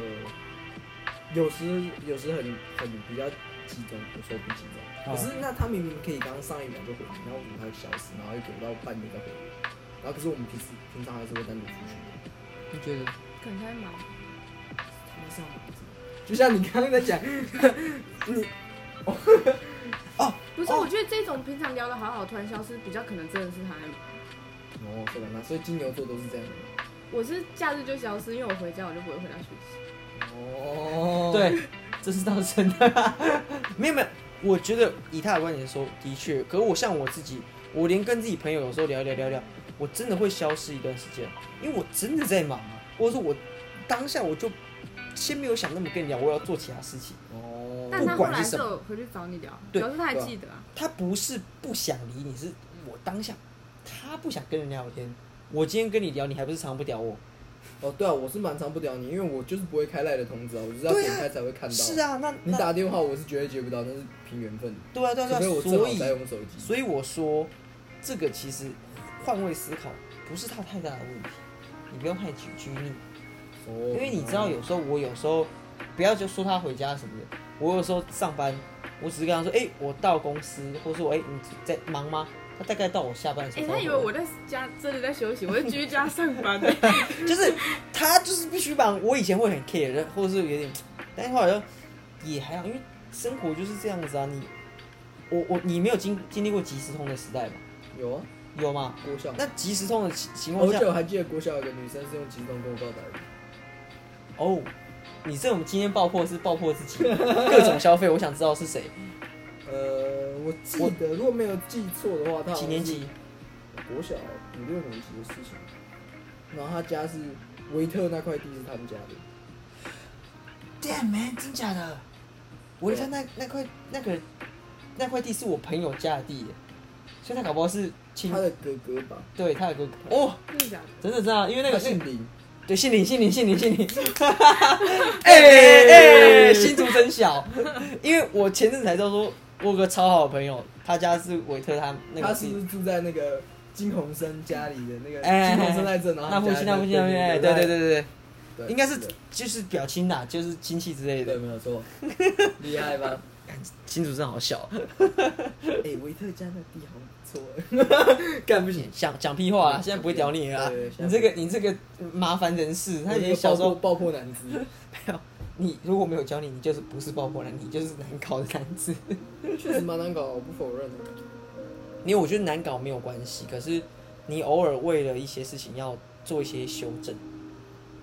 B: 有时有时很很比较集中，有时候不集中。
A: 哦
B: 可是那他明明可以刚上一秒就回你，然后我们他会消失，然后又给到半年再回你，然后可是我们平时平常还是会单独出去。
A: 你觉得？
C: 可能在忙，
B: 他们上网不知道就像你刚刚在讲，你
C: 不是？我觉得这种平常聊的好好，突然消失，比较可能真的是他在忙。
B: 哦，说完了，所以金牛座都是这样的吗。
C: 我是假日就消失，因为我回家我就不会回他讯息。
B: 哦，
A: 对，这是当真的。没有没有，我觉得以他的观点说，的确。可我像我自己，我连跟自己朋友有时候聊一聊聊一聊，我真的会消失一段时间，因为我真的在忙啊，或者说我当下我就先没有想那么跟你聊，我要做其他事情。
B: 哦，
C: 但他
A: 不
C: 后
A: 管
C: 来
A: 是什
C: 就
A: 么
C: 有回去找你聊，
A: 对
C: 表示他还记得啊。
A: 他不是不想理你，是我当下他不想跟人聊天。我今天跟你聊，你还不是常不屌我？
B: 哦，对啊，我是蛮常不屌你，因为我就是不会开赖的通知啊，我就是要
A: 对啊
B: 点开才会看到。
A: 是，啊，那
B: 你
A: 那
B: 打电话我是绝对接不到，那是凭缘分的。
A: 对啊对啊
B: 除非
A: 对啊，
B: 我正
A: 所
B: 好
A: 以
B: 在用手机。
A: 所以我说，这个其实换位思考不是他太大的问题，你不用太拘拘泥，
B: 哦，
A: 因为你知道有时候我有时候不要就说他回家什么的，我有时候上班，我只是跟他说，哎、我到公司，或者说，哎、你在忙吗？他大概到我下班的时
C: 哎、
A: 候才会回
C: 他
A: 来，
C: 以为我在家真的在休息，我就继续叫他上班 (laughs) 呢、
A: 就是他就是必须忙。我以前会很 care，或者是有点，但是后来就也还好，因为生活就是这样子啊。你我我你没有经经历过即时通的时代吗？
B: 有啊，
A: 有吗？
B: 郭笑。
A: 那即时通的情情况
B: 哦我
A: 下，
B: 久还记得郭笑有个女生是用激动跟我告白的，
A: 哦，你这种今天爆破是爆破自己各种消费，我想知道是谁，
B: 呃，我记得如果没有记错的话，她好像是
A: 几年级？
B: 国小五六年级的事情。然后他家是维特那块地是他们家的，
A: ？Damn man，真假的？我看那那块那个那块地是我朋友家的地耶，所以他搞不好是亲
B: 他的哥哥吧，
A: 对他的哥哥哦，
C: 真的假的？
A: 真的真啊的，因为那个
B: 他姓林，
A: 对姓林姓林姓林姓
B: (laughs)
A: 林，哎哎，心足真小，因为我前阵子才知道说，我有个超好的朋友，他家是维特他那
B: 他
A: 个
B: 是
A: 地
B: 不。是住在那个金鸿生家里的那个
A: 哎，
B: 金鸿生在这，然
A: 那
B: 后他
A: 父亲，那
B: 家就
A: 父亲，那父亲，哎，对对对
B: 对
A: 对对，
B: 对，
A: 应该是
B: 对
A: 就是表亲呐，就是亲戚之类
B: 对，
A: 的。
B: 没有
A: (laughs)
B: 错，厉害吧？
A: 新竹真好 (laughs) 笑，
B: 哎，维特家那地好不错，干不行，
A: 讲讲屁话啊！现在不会屌你了啊
B: 对对，对
A: 你这个你这个麻烦人士，他
B: 那
A: 以
B: 你
A: 前小时
B: (laughs)
A: 候
B: 爆破男子，
A: 没有你，如果没有教你，你就是不是爆破男，你就是难搞的男子。
B: 确实蛮难搞，我不否认。
A: 因为我觉得难搞 (laughs) 没有关系，可是你偶尔为了一些事情要做一些修正。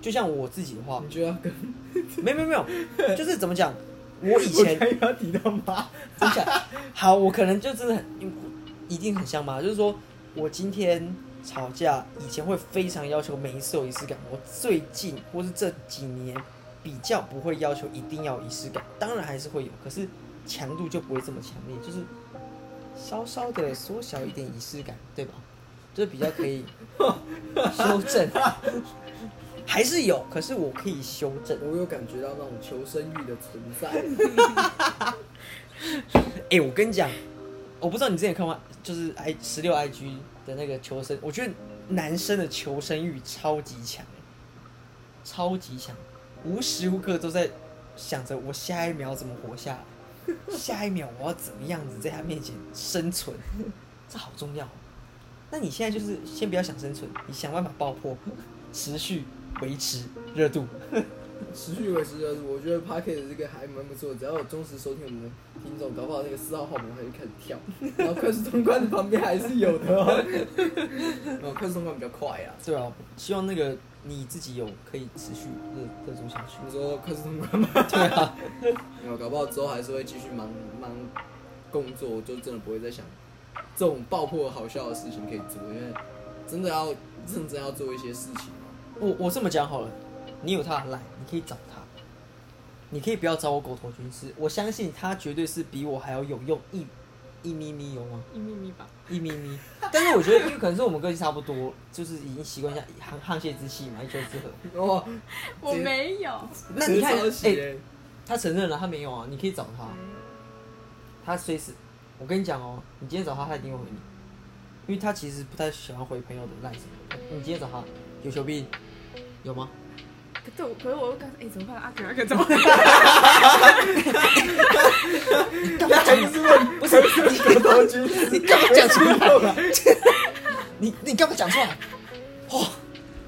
A: 就像我自己的话
B: 你，就要跟
A: 没有没有没有，就是怎么讲，我以前
B: 刚刚要提到妈，
A: 真假？ (laughs) 好，我可能就真的很一定很像妈，就是说我今天吵架以前会非常要求每一次有仪式感，我最近或是这几年比较不会要求一定要有仪式感，当然还是会有，可是强度就不会这么强烈，就是稍稍的缩小一点仪式感，对吧？就是比较可以修正，还是有，可是我可以修正。
B: 我有感觉到那种求生欲的存在。
A: 哎、我跟你讲，我不知道你之前有看过，就是 I 十六 IG 的那个求生，我觉得男生的求生欲超级强，欸超级强，无时无刻都在想着我下一秒怎么活下来，下一秒我要怎么样子在他面前生存，这好重要哦。那你现在就是先不要想生存，你想办法爆破，持续维持热度。
B: 持续维持热度，我觉得 p a r k e t 这个还蛮不错。只要有忠实收听我们的听众，搞不好那个四号号码还会开始跳。然后快速通关的旁边还是有的 (laughs) 哦。哦，快速通关比较快啊。
A: 对啊，希望那个你自己有可以持续热热度下去。
B: 你说快速通
D: (laughs)
B: 关吗？
A: 对啊。
B: 没有，搞不好之后还是会继续忙忙工作，就真的不会再想
D: 这种爆破好笑的事情可以做，因为真的要认真要做一些事情嘛。
A: 我我这么讲好了，你有他的赖，你可以找他，你可以不要找我狗头军师，我相信他绝对是比我还要有用一一咪咪有吗？啊
C: 一咪咪吧，
A: 一咪咪。但是我觉得，因为可能是我们个性差不多，就是已经习惯一下沆沆瀣之气嘛，一丘之貉。
B: 哦，
C: 我没有，
A: 那你
D: 直
A: 看，
D: 接抄袭
A: 哎、
D: (laughs) 欸
A: 他承认了，他没有啊，你可以找他，他随时。我跟你讲哦，你今天找他，他一定会回你，因为他其实不太喜欢回朋友的赖什么的。你今天找他，有求必应，有吗？
C: 可是我可是我又刚哎怎么办？阿可
A: (laughs)
C: 阿可怎么办？
A: 干嘛讲出来？不是你狗头军，
D: (laughs)
A: 你干嘛讲出来？
D: 啊
A: 你你干嘛讲出来？哦，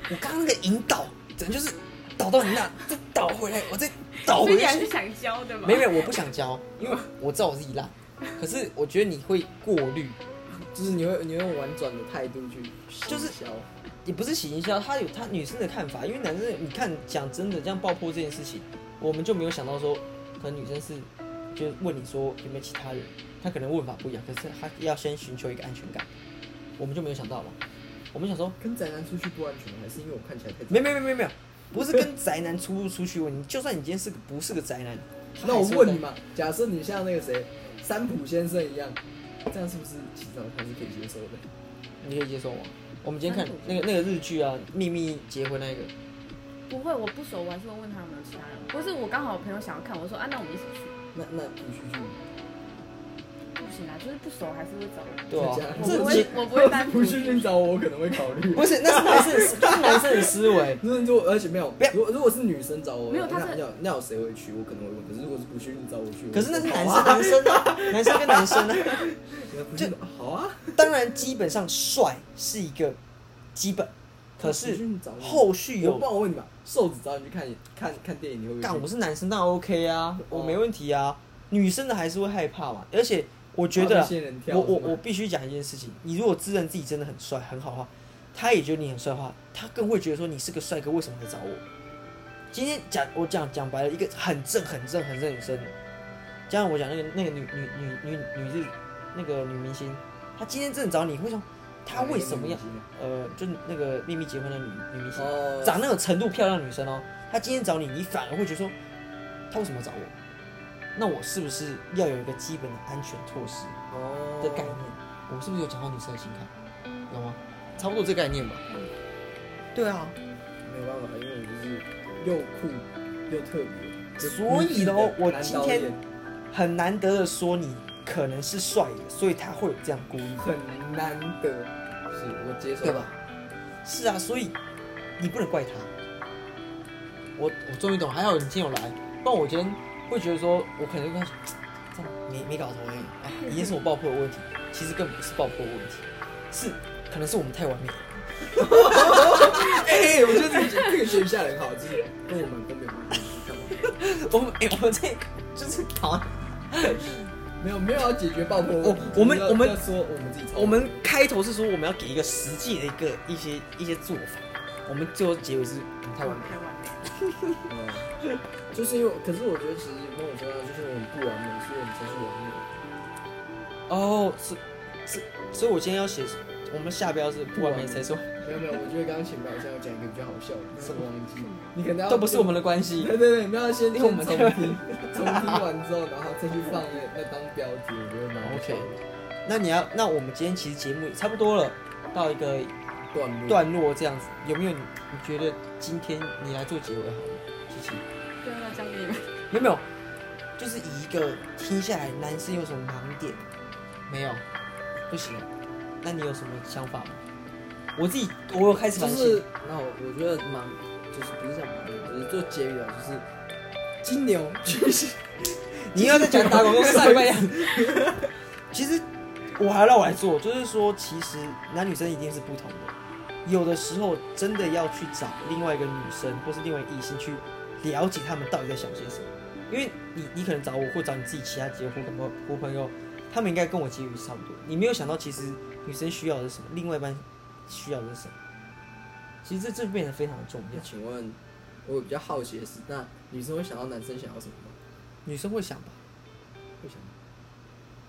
A: 我刚刚那个引导，整就是导到你那，再导回来，我再导
C: 所
A: 回
C: 以你还是
A: 去。
C: 想教的嘛？
A: 没有没有，我不想教，因为我知道我自己烂。可是我觉得你会过滤，
D: 就是你会你会用婉转的态度去
A: 就是
D: 行销
A: 也不是喜一笑，他有他女生的看法，因为男生你看讲真的这样爆破这件事情，我们就没有想到说，可能女生是就问你说有没有其他人，他可能问法不一样，可是他要先寻求一个安全感，我们就没有想到嘛，我们想说
D: 跟宅男出去不安全，还是因为我看起来太
A: 没没没没没有，不是跟宅男出不出去问题，就算你今天是个不是个宅男，
B: 那我问你，嘛，假设你像那个谁，三浦先生一样，
D: 这样是不是其实还是可以接受的？
A: 你可以接受吗？我们今天看那个那个日剧啊，《秘密结婚》那个，
C: 不会，我不熟，我还是会问他有没有其他人。或是我刚好有朋友想要看，我说啊，那我们一起去。
D: 那那必须去。
C: 不行啊，就是不熟还是会找人。
A: 对啊
D: 真假，
C: 我
A: 这
C: 不
A: 结
C: 会，
D: (laughs)
C: 我不会单独
B: 不去寻找我，我可能会考虑。
A: 不是那是男生，那是欸男生的
D: (laughs)
A: 思维。
D: 如果如果而且没有
A: 不要，
D: 如果如果是女生找我，
C: 没有
D: 那
C: 他是
D: 那有那有谁会去？我可能会问。可是如果是不去，你找我去，
A: 可是那是
D: 我
A: 男
D: 好
A: 生，
D: 啊
A: 男生啊，男生跟男生啊。
D: 不去好啊，
A: 当然，基本上帅是一个基本，可
D: 不去
A: 是
D: 你找我
A: 后续
D: 我
A: 有
D: 帮我问你吧，瘦子找你去看看看电影，你会不会去？
A: 干，我是男生当然 OK 啊，
D: 哦
A: 我没问题啊。女生的还是会害怕嘛，而且我觉
D: 怕
A: 得
D: 被仙人跳
A: 我我
D: 是吗
A: 我必须讲一件事情，你如果自认自己真的很帅很好的话，他也觉得你很帅的话，他更会觉得说你是个帅哥，为什么来找我？今天讲我讲讲白了，一个很正很正很正的女生，加上我讲那个那个女女女女女日那个女明星，她今天真的找你，会说她为什么要呃，就那个秘密结婚的女女明星，
D: 哦
A: 长那种程度漂亮的女生哦，她今天找你，你反而会觉得说，她为什么要找我？那我是不是要有一个基本的安全措施
D: 哦
A: 的概念？我是不是有讲到女生的心态？有吗？差不多这概念吧。对啊，
D: 没有办法，因为我就是又酷又特别，就
A: 所以咯
D: 孤僻的
A: 我
D: 男
A: 今
D: 导
A: 天
D: 演
A: 很难得的说你可能是帅的，所以他会有这样故意，
D: 很难得，是我接受
A: 对吧？？是啊，所以你不能怪他。我我终于懂，还好你今天有来，不然我今天会觉得说，我可能会开始这样没没搞头哎、哎，已经是我爆破的问题，其实根本不是爆破的问题，是可能是我们太完美了。
D: 哎，我觉得这个这个学校很好，就是跟我们根本不一样干嘛。
A: 我们哎、我们这就是好，
B: 没有没有要解决爆破问题，
A: 我我们
B: 要
A: 我们
B: 要说我们自己找，
A: 我们开头是说我们要给一个实际的一个一些一些做法，我们最后结尾是我们太
C: 台
A: 完
C: 湾
A: 美了。
C: 台湾的。
D: 嗯，就是因为，可是我觉得其实某种程度上就是我们不完美，所以我们才是完美。
A: 哦，是是，所以我今天要写，我们下标是不完美才说，
B: 没有没有，我觉得刚刚前面好像要讲一个比较好笑的，但是我忘记，你可能要
A: 都不是我们的关系。 (laughs)
B: 对对对，你们要先
A: 因为我们
B: 先
A: 在
B: 重听，重听完之后，然后再去放那那当标题，我觉得蛮好笑的
A: OK 那你要，那我们今天其实节目也差不多了，到一个
D: 段落，
A: 段落这样子，有没有你？你觉得今天你来做结尾好了，琪琪？
C: 对啊，那交给你们。
A: 有没有？就是以一个听下来，男生有什么盲点？没有，不行。那你有什么想法吗？我自己，我有开始
D: 就
A: 反省。
D: 是那我我觉得蛮，就是不是叫蛮，就是做结语啊，就是金牛
B: (laughs)
D: 巨蟹，
A: 你又要再讲打广告晒麦样。其实我还要让我来做，就是说，其实男女生一定是不同的，有的时候真的要去找另外一个女生或是另外一个异性去了解他们到底在想些什么，因为你你可能找我或找你自己其他结婚朋友或朋友，他们应该跟我结语是差不多，你没有想到其实女生需要的是什么，另外一半需要的是什么。其实这这变得非常的重
D: 那
A: 要，
D: 请问，我比较好奇的是，那女生会想到男生想要什么吗？
A: 女生会想吧，
D: 会想到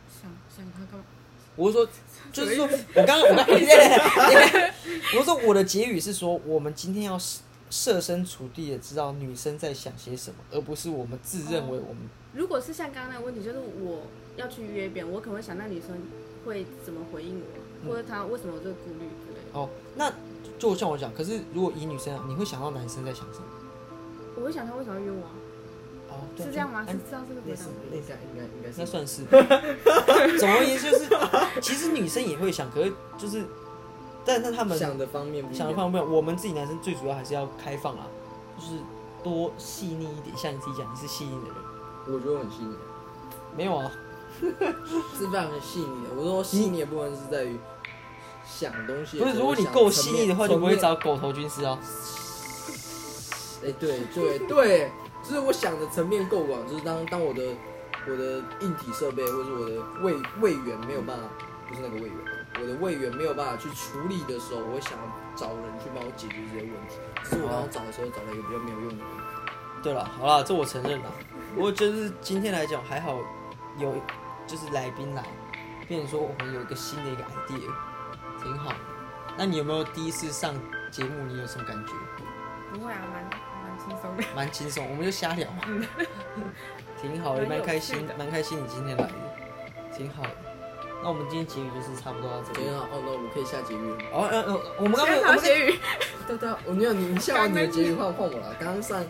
C: 想想他干嘛？
A: 我是说，就是说我刚刚我刚，我是说我的结语是说，我们今天要设设身处地的知道女生在想些什么，而不是我们自认为我们
C: 如果是像刚刚那个问题，就是我要去约别人，我可能会想那女生会怎么回应我，
A: 嗯
C: 或者她为什么有这个顾虑之类的。
A: 哦。那就像我讲，可是如果以女生啊，你会想到男生在想什么？
C: 我会想她为什么要约我啊、
A: 哦，对
C: 是这样吗？
A: 就是嗯
C: 这样这个回
E: 类
C: 答
E: 似
C: 吗？
E: 类似，应该应该是
A: 那算 (laughs) 是。总而言之，就是其实女生也会想，可是就是，但是他们
E: 想的方面不一样
A: 想的方面，我们自己男生最主要还是要开放啊，就是多细腻一点。像你自己讲，你是细腻的人，
B: 我觉得我很细腻，
A: 没有啊？
B: 是非常的细腻的。我说细腻的部分是在于
E: 想东西的
A: 不
E: 时候想，
A: 是，如果你够细腻的话，你
E: 层面
A: 不会。找狗头军师啊。
E: 层面
B: 哎、 (laughs) 对对对，就是我想的层面够广，就是当当我的我的硬体设备或者我的位位员没有办法，不是那个位员，啊我的位员没有办法去处理的时候，我会想要找人去帮我解决这些问题。只是我刚刚找的时候找了一个比较没有用的人，
A: 对了，好啦，这我承认了。不过就是今天来讲，还好有就是来宾来，变成说我们有一个新的一个 idea，挺好。那你有没有第一次上节目，你有什么感觉？
C: 不会啊，蛮蛮轻松的。
A: 蛮轻松，我们就瞎聊嘛，挺好的，
C: 蛮有
A: 蛮开
C: 趣
A: 心
C: 的，
A: 蛮开心你今天来的，挺好的。那我们今天结语就是差不多到这里
B: 等一。下哦，那我们可以下结语了。
A: 哦，呃，呃我们刚刚
C: 先
A: 我
C: 陶
A: 们
C: 婕妤，
B: 对对，我没有你你下完你的结语换换我了。刚刚上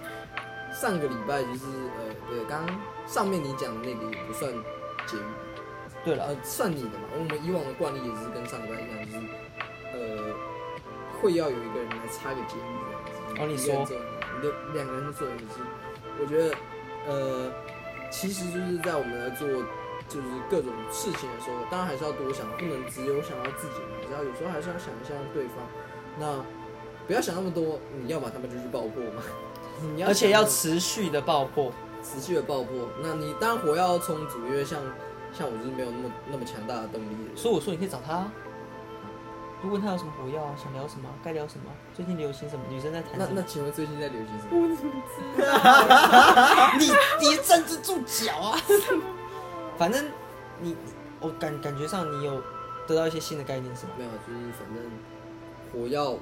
B: 上个礼拜就是呃对，刚刚上面你讲的那个也不算结语，
A: 对了，
B: 呃算你的嘛。我们以往的惯例也是跟上礼拜一样，就是呃会要有一个人来插个结语这样子。
A: 哦你
B: 一个
A: 说
B: 人做两两个人做也是，我觉得呃其实就是在我们来做就是各种事情的时候，当然还是要多想，不能只有想到自己嘛，然后有时候还是要想一下对方。那不要想那么多，你要么他们就去爆破嘛， (laughs) 你
A: 而且要
B: 想
A: 持续的爆破，
B: 持续的爆破。那你当然火药要充足，因为像像我就是没有那么那么强大的动力的人。
A: 所以我说你可以找他啊，就问他有什么火药啊，想聊什么啊，该聊什么啊，最近流行什么，女生在谈
B: 那
A: 什
B: 那
A: 么，
B: 请问最近在流行什么？
C: 我怎么知道？
A: (laughs) 你你站得住脚啊， (laughs) 反正你我感感觉上你有得到一些新的概念是吗？
B: 没有，就是反正火药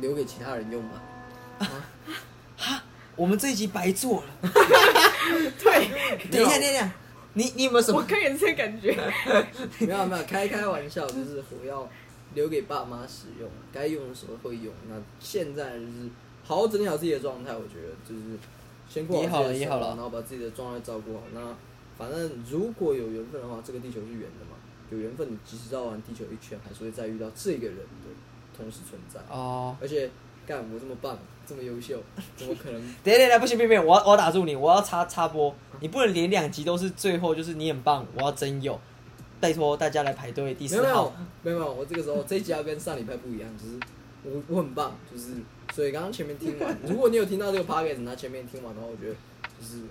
B: 留给其他人用吧。
A: 我们这一集白做了。
C: 对，
A: 等一下，等一下，你你有没有什
C: (laughs) 我
A: 么？
C: 个人这感觉， (laughs)
B: (laughs) 没有没有，开开玩笑，就是火药留给爸妈使用，该用的时候会用。那现在就是好好整理好自己的状态，我觉得就是先过
A: 也好
B: 好自
A: 了
B: 己
A: 也
B: 的
A: 好
B: 生活，
A: 了
B: 然后把自己的状态照顾好。那反正如果有缘分的话，这个地球是圆的嘛，有缘分你即使绕完地球一圈，还是会再遇到这个人的同时存在。
A: 哦，
B: 而且干我这么棒，这么优秀，怎么可能？
A: 等一下等一下，不行不行，不行我要我要打住你，我要插插播，你不能连两集都是最后就是你很棒，我要真有，拜托大家来排队第
B: 没有
A: 四
B: 没有
A: 号。
B: 没有没有，我这个时候这一集要跟上礼拜不一样，就是我我很棒，就是所以刚刚前面
A: (laughs)
B: 听完，如果你有听到这个 podcast，那前面听完的话，我觉得就是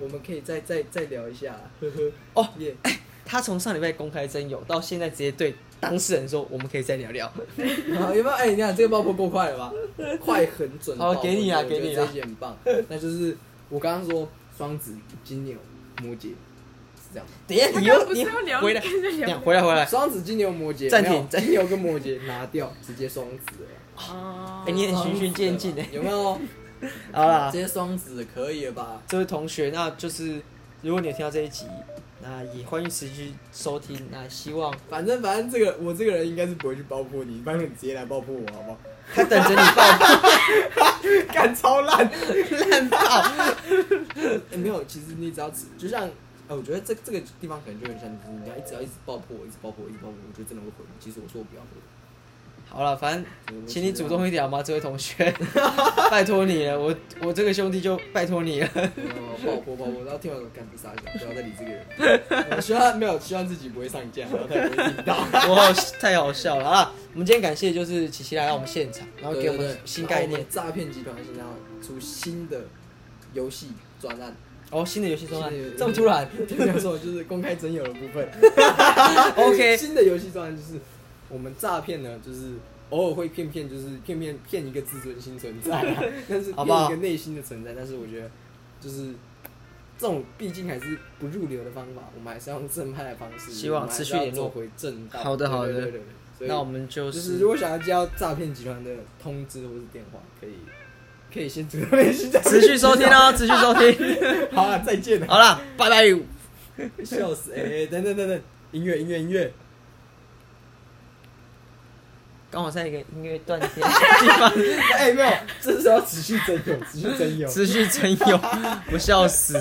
B: 我们可以再再再聊一下，
A: (laughs)
B: 呵呵，
A: 哦
B: 耶、
A: 他从上礼拜公开真有到现在直接对当事人说，我们可以再聊聊。
B: 然后有没有？哎、你看这个爆破够快
A: (laughs)
B: 了吧？快很准的爆
A: 好
B: 破。
A: 给你啊
B: 我觉得
A: 给你啊
B: 这一集很棒。那就是我刚刚说双子、金牛、摩羯是
A: (laughs)
B: 这样吗？
A: 等一下
C: 他
A: 你
C: 刚刚
A: 又
C: 不是
A: 你
C: 要聊
A: 回来，
C: 跟着
A: 等一下
C: 聊
A: 回来回来。
B: 双子、金牛、摩羯，
A: 暂停
B: 没有
A: 暂
B: 金牛跟摩羯拿掉，直接双子了。
C: 哦
A: 哎、你很循序渐进哎。
B: 有没有？
A: 好啦
B: 直，接双子可以了吧？
A: 这位同学，那就是如果你有听到这一集，那也欢迎持续收听，那希望
B: 反正反正这个我这个人应该是不会去爆破你，反正你直接来爆破我好不好？
A: 他等着你报
B: 干超烂、
A: 烂爆。
B: 欸没有，其实你只要只就像，呃，我觉得这这个地方可能就很像，就是你要一直要一直爆破，一直爆破，一直爆破，我觉得真的会毁。其实我说我不要毁，
A: 好了，反正请你主动一点好吗，这位同学，拜托你了，我我这个兄弟就拜托你
B: (laughs)
A: 了。
B: 然后爆破爆破，然后听完我干不杀一下，不要再理这个人。我希望没有，希望自己不会上架，然后他也不会听到。
A: 我好太好笑了啊！我们今天感谢就是琪琪来到我们现场，然后给我
B: 对对
A: 们
B: 对
A: 新概
B: 然后我
A: 念
B: 们诈骗集团现在要出新的游戏专案，
A: 哦，新的游戏状态
B: 新的游戏
A: 这么突然
B: 没有错，就是公开真有的部分。
A: (laughs) ，OK，
B: 新的游戏状态就是我们诈骗呢，就是偶尔会骗骗，就是骗骗骗一个
A: (laughs)
B: 自尊心存在啊、但是
A: 好
B: 骗
A: 不好
B: 一个内心的存在。但是我觉得就是这种毕竟还是不入流的方法，我们还是要用正派的方式，
A: 希望
B: 我们还是
A: 持续联络
B: 要走回正道。
A: 好的好的
B: 对对对对所以
A: 那我们就
B: 就是
A: 是
B: 如果想要接到诈骗集团的通知或是电话，可以可以先主动联系。
A: 持续收听哦，持续收听。
B: (laughs) 好啊，再见
A: (laughs)
B: 了，
A: 好啦，拜拜。
B: 笑死！哎、哎等等等等，音乐音乐音乐，
A: 刚好在一个音乐断片的地方，
B: 哎、没有，这是要持续征友，持续征友。
A: 持续真有，我笑死。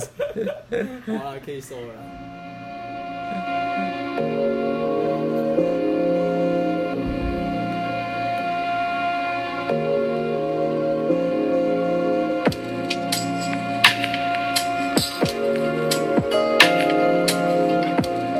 B: 好了，可以收了啦。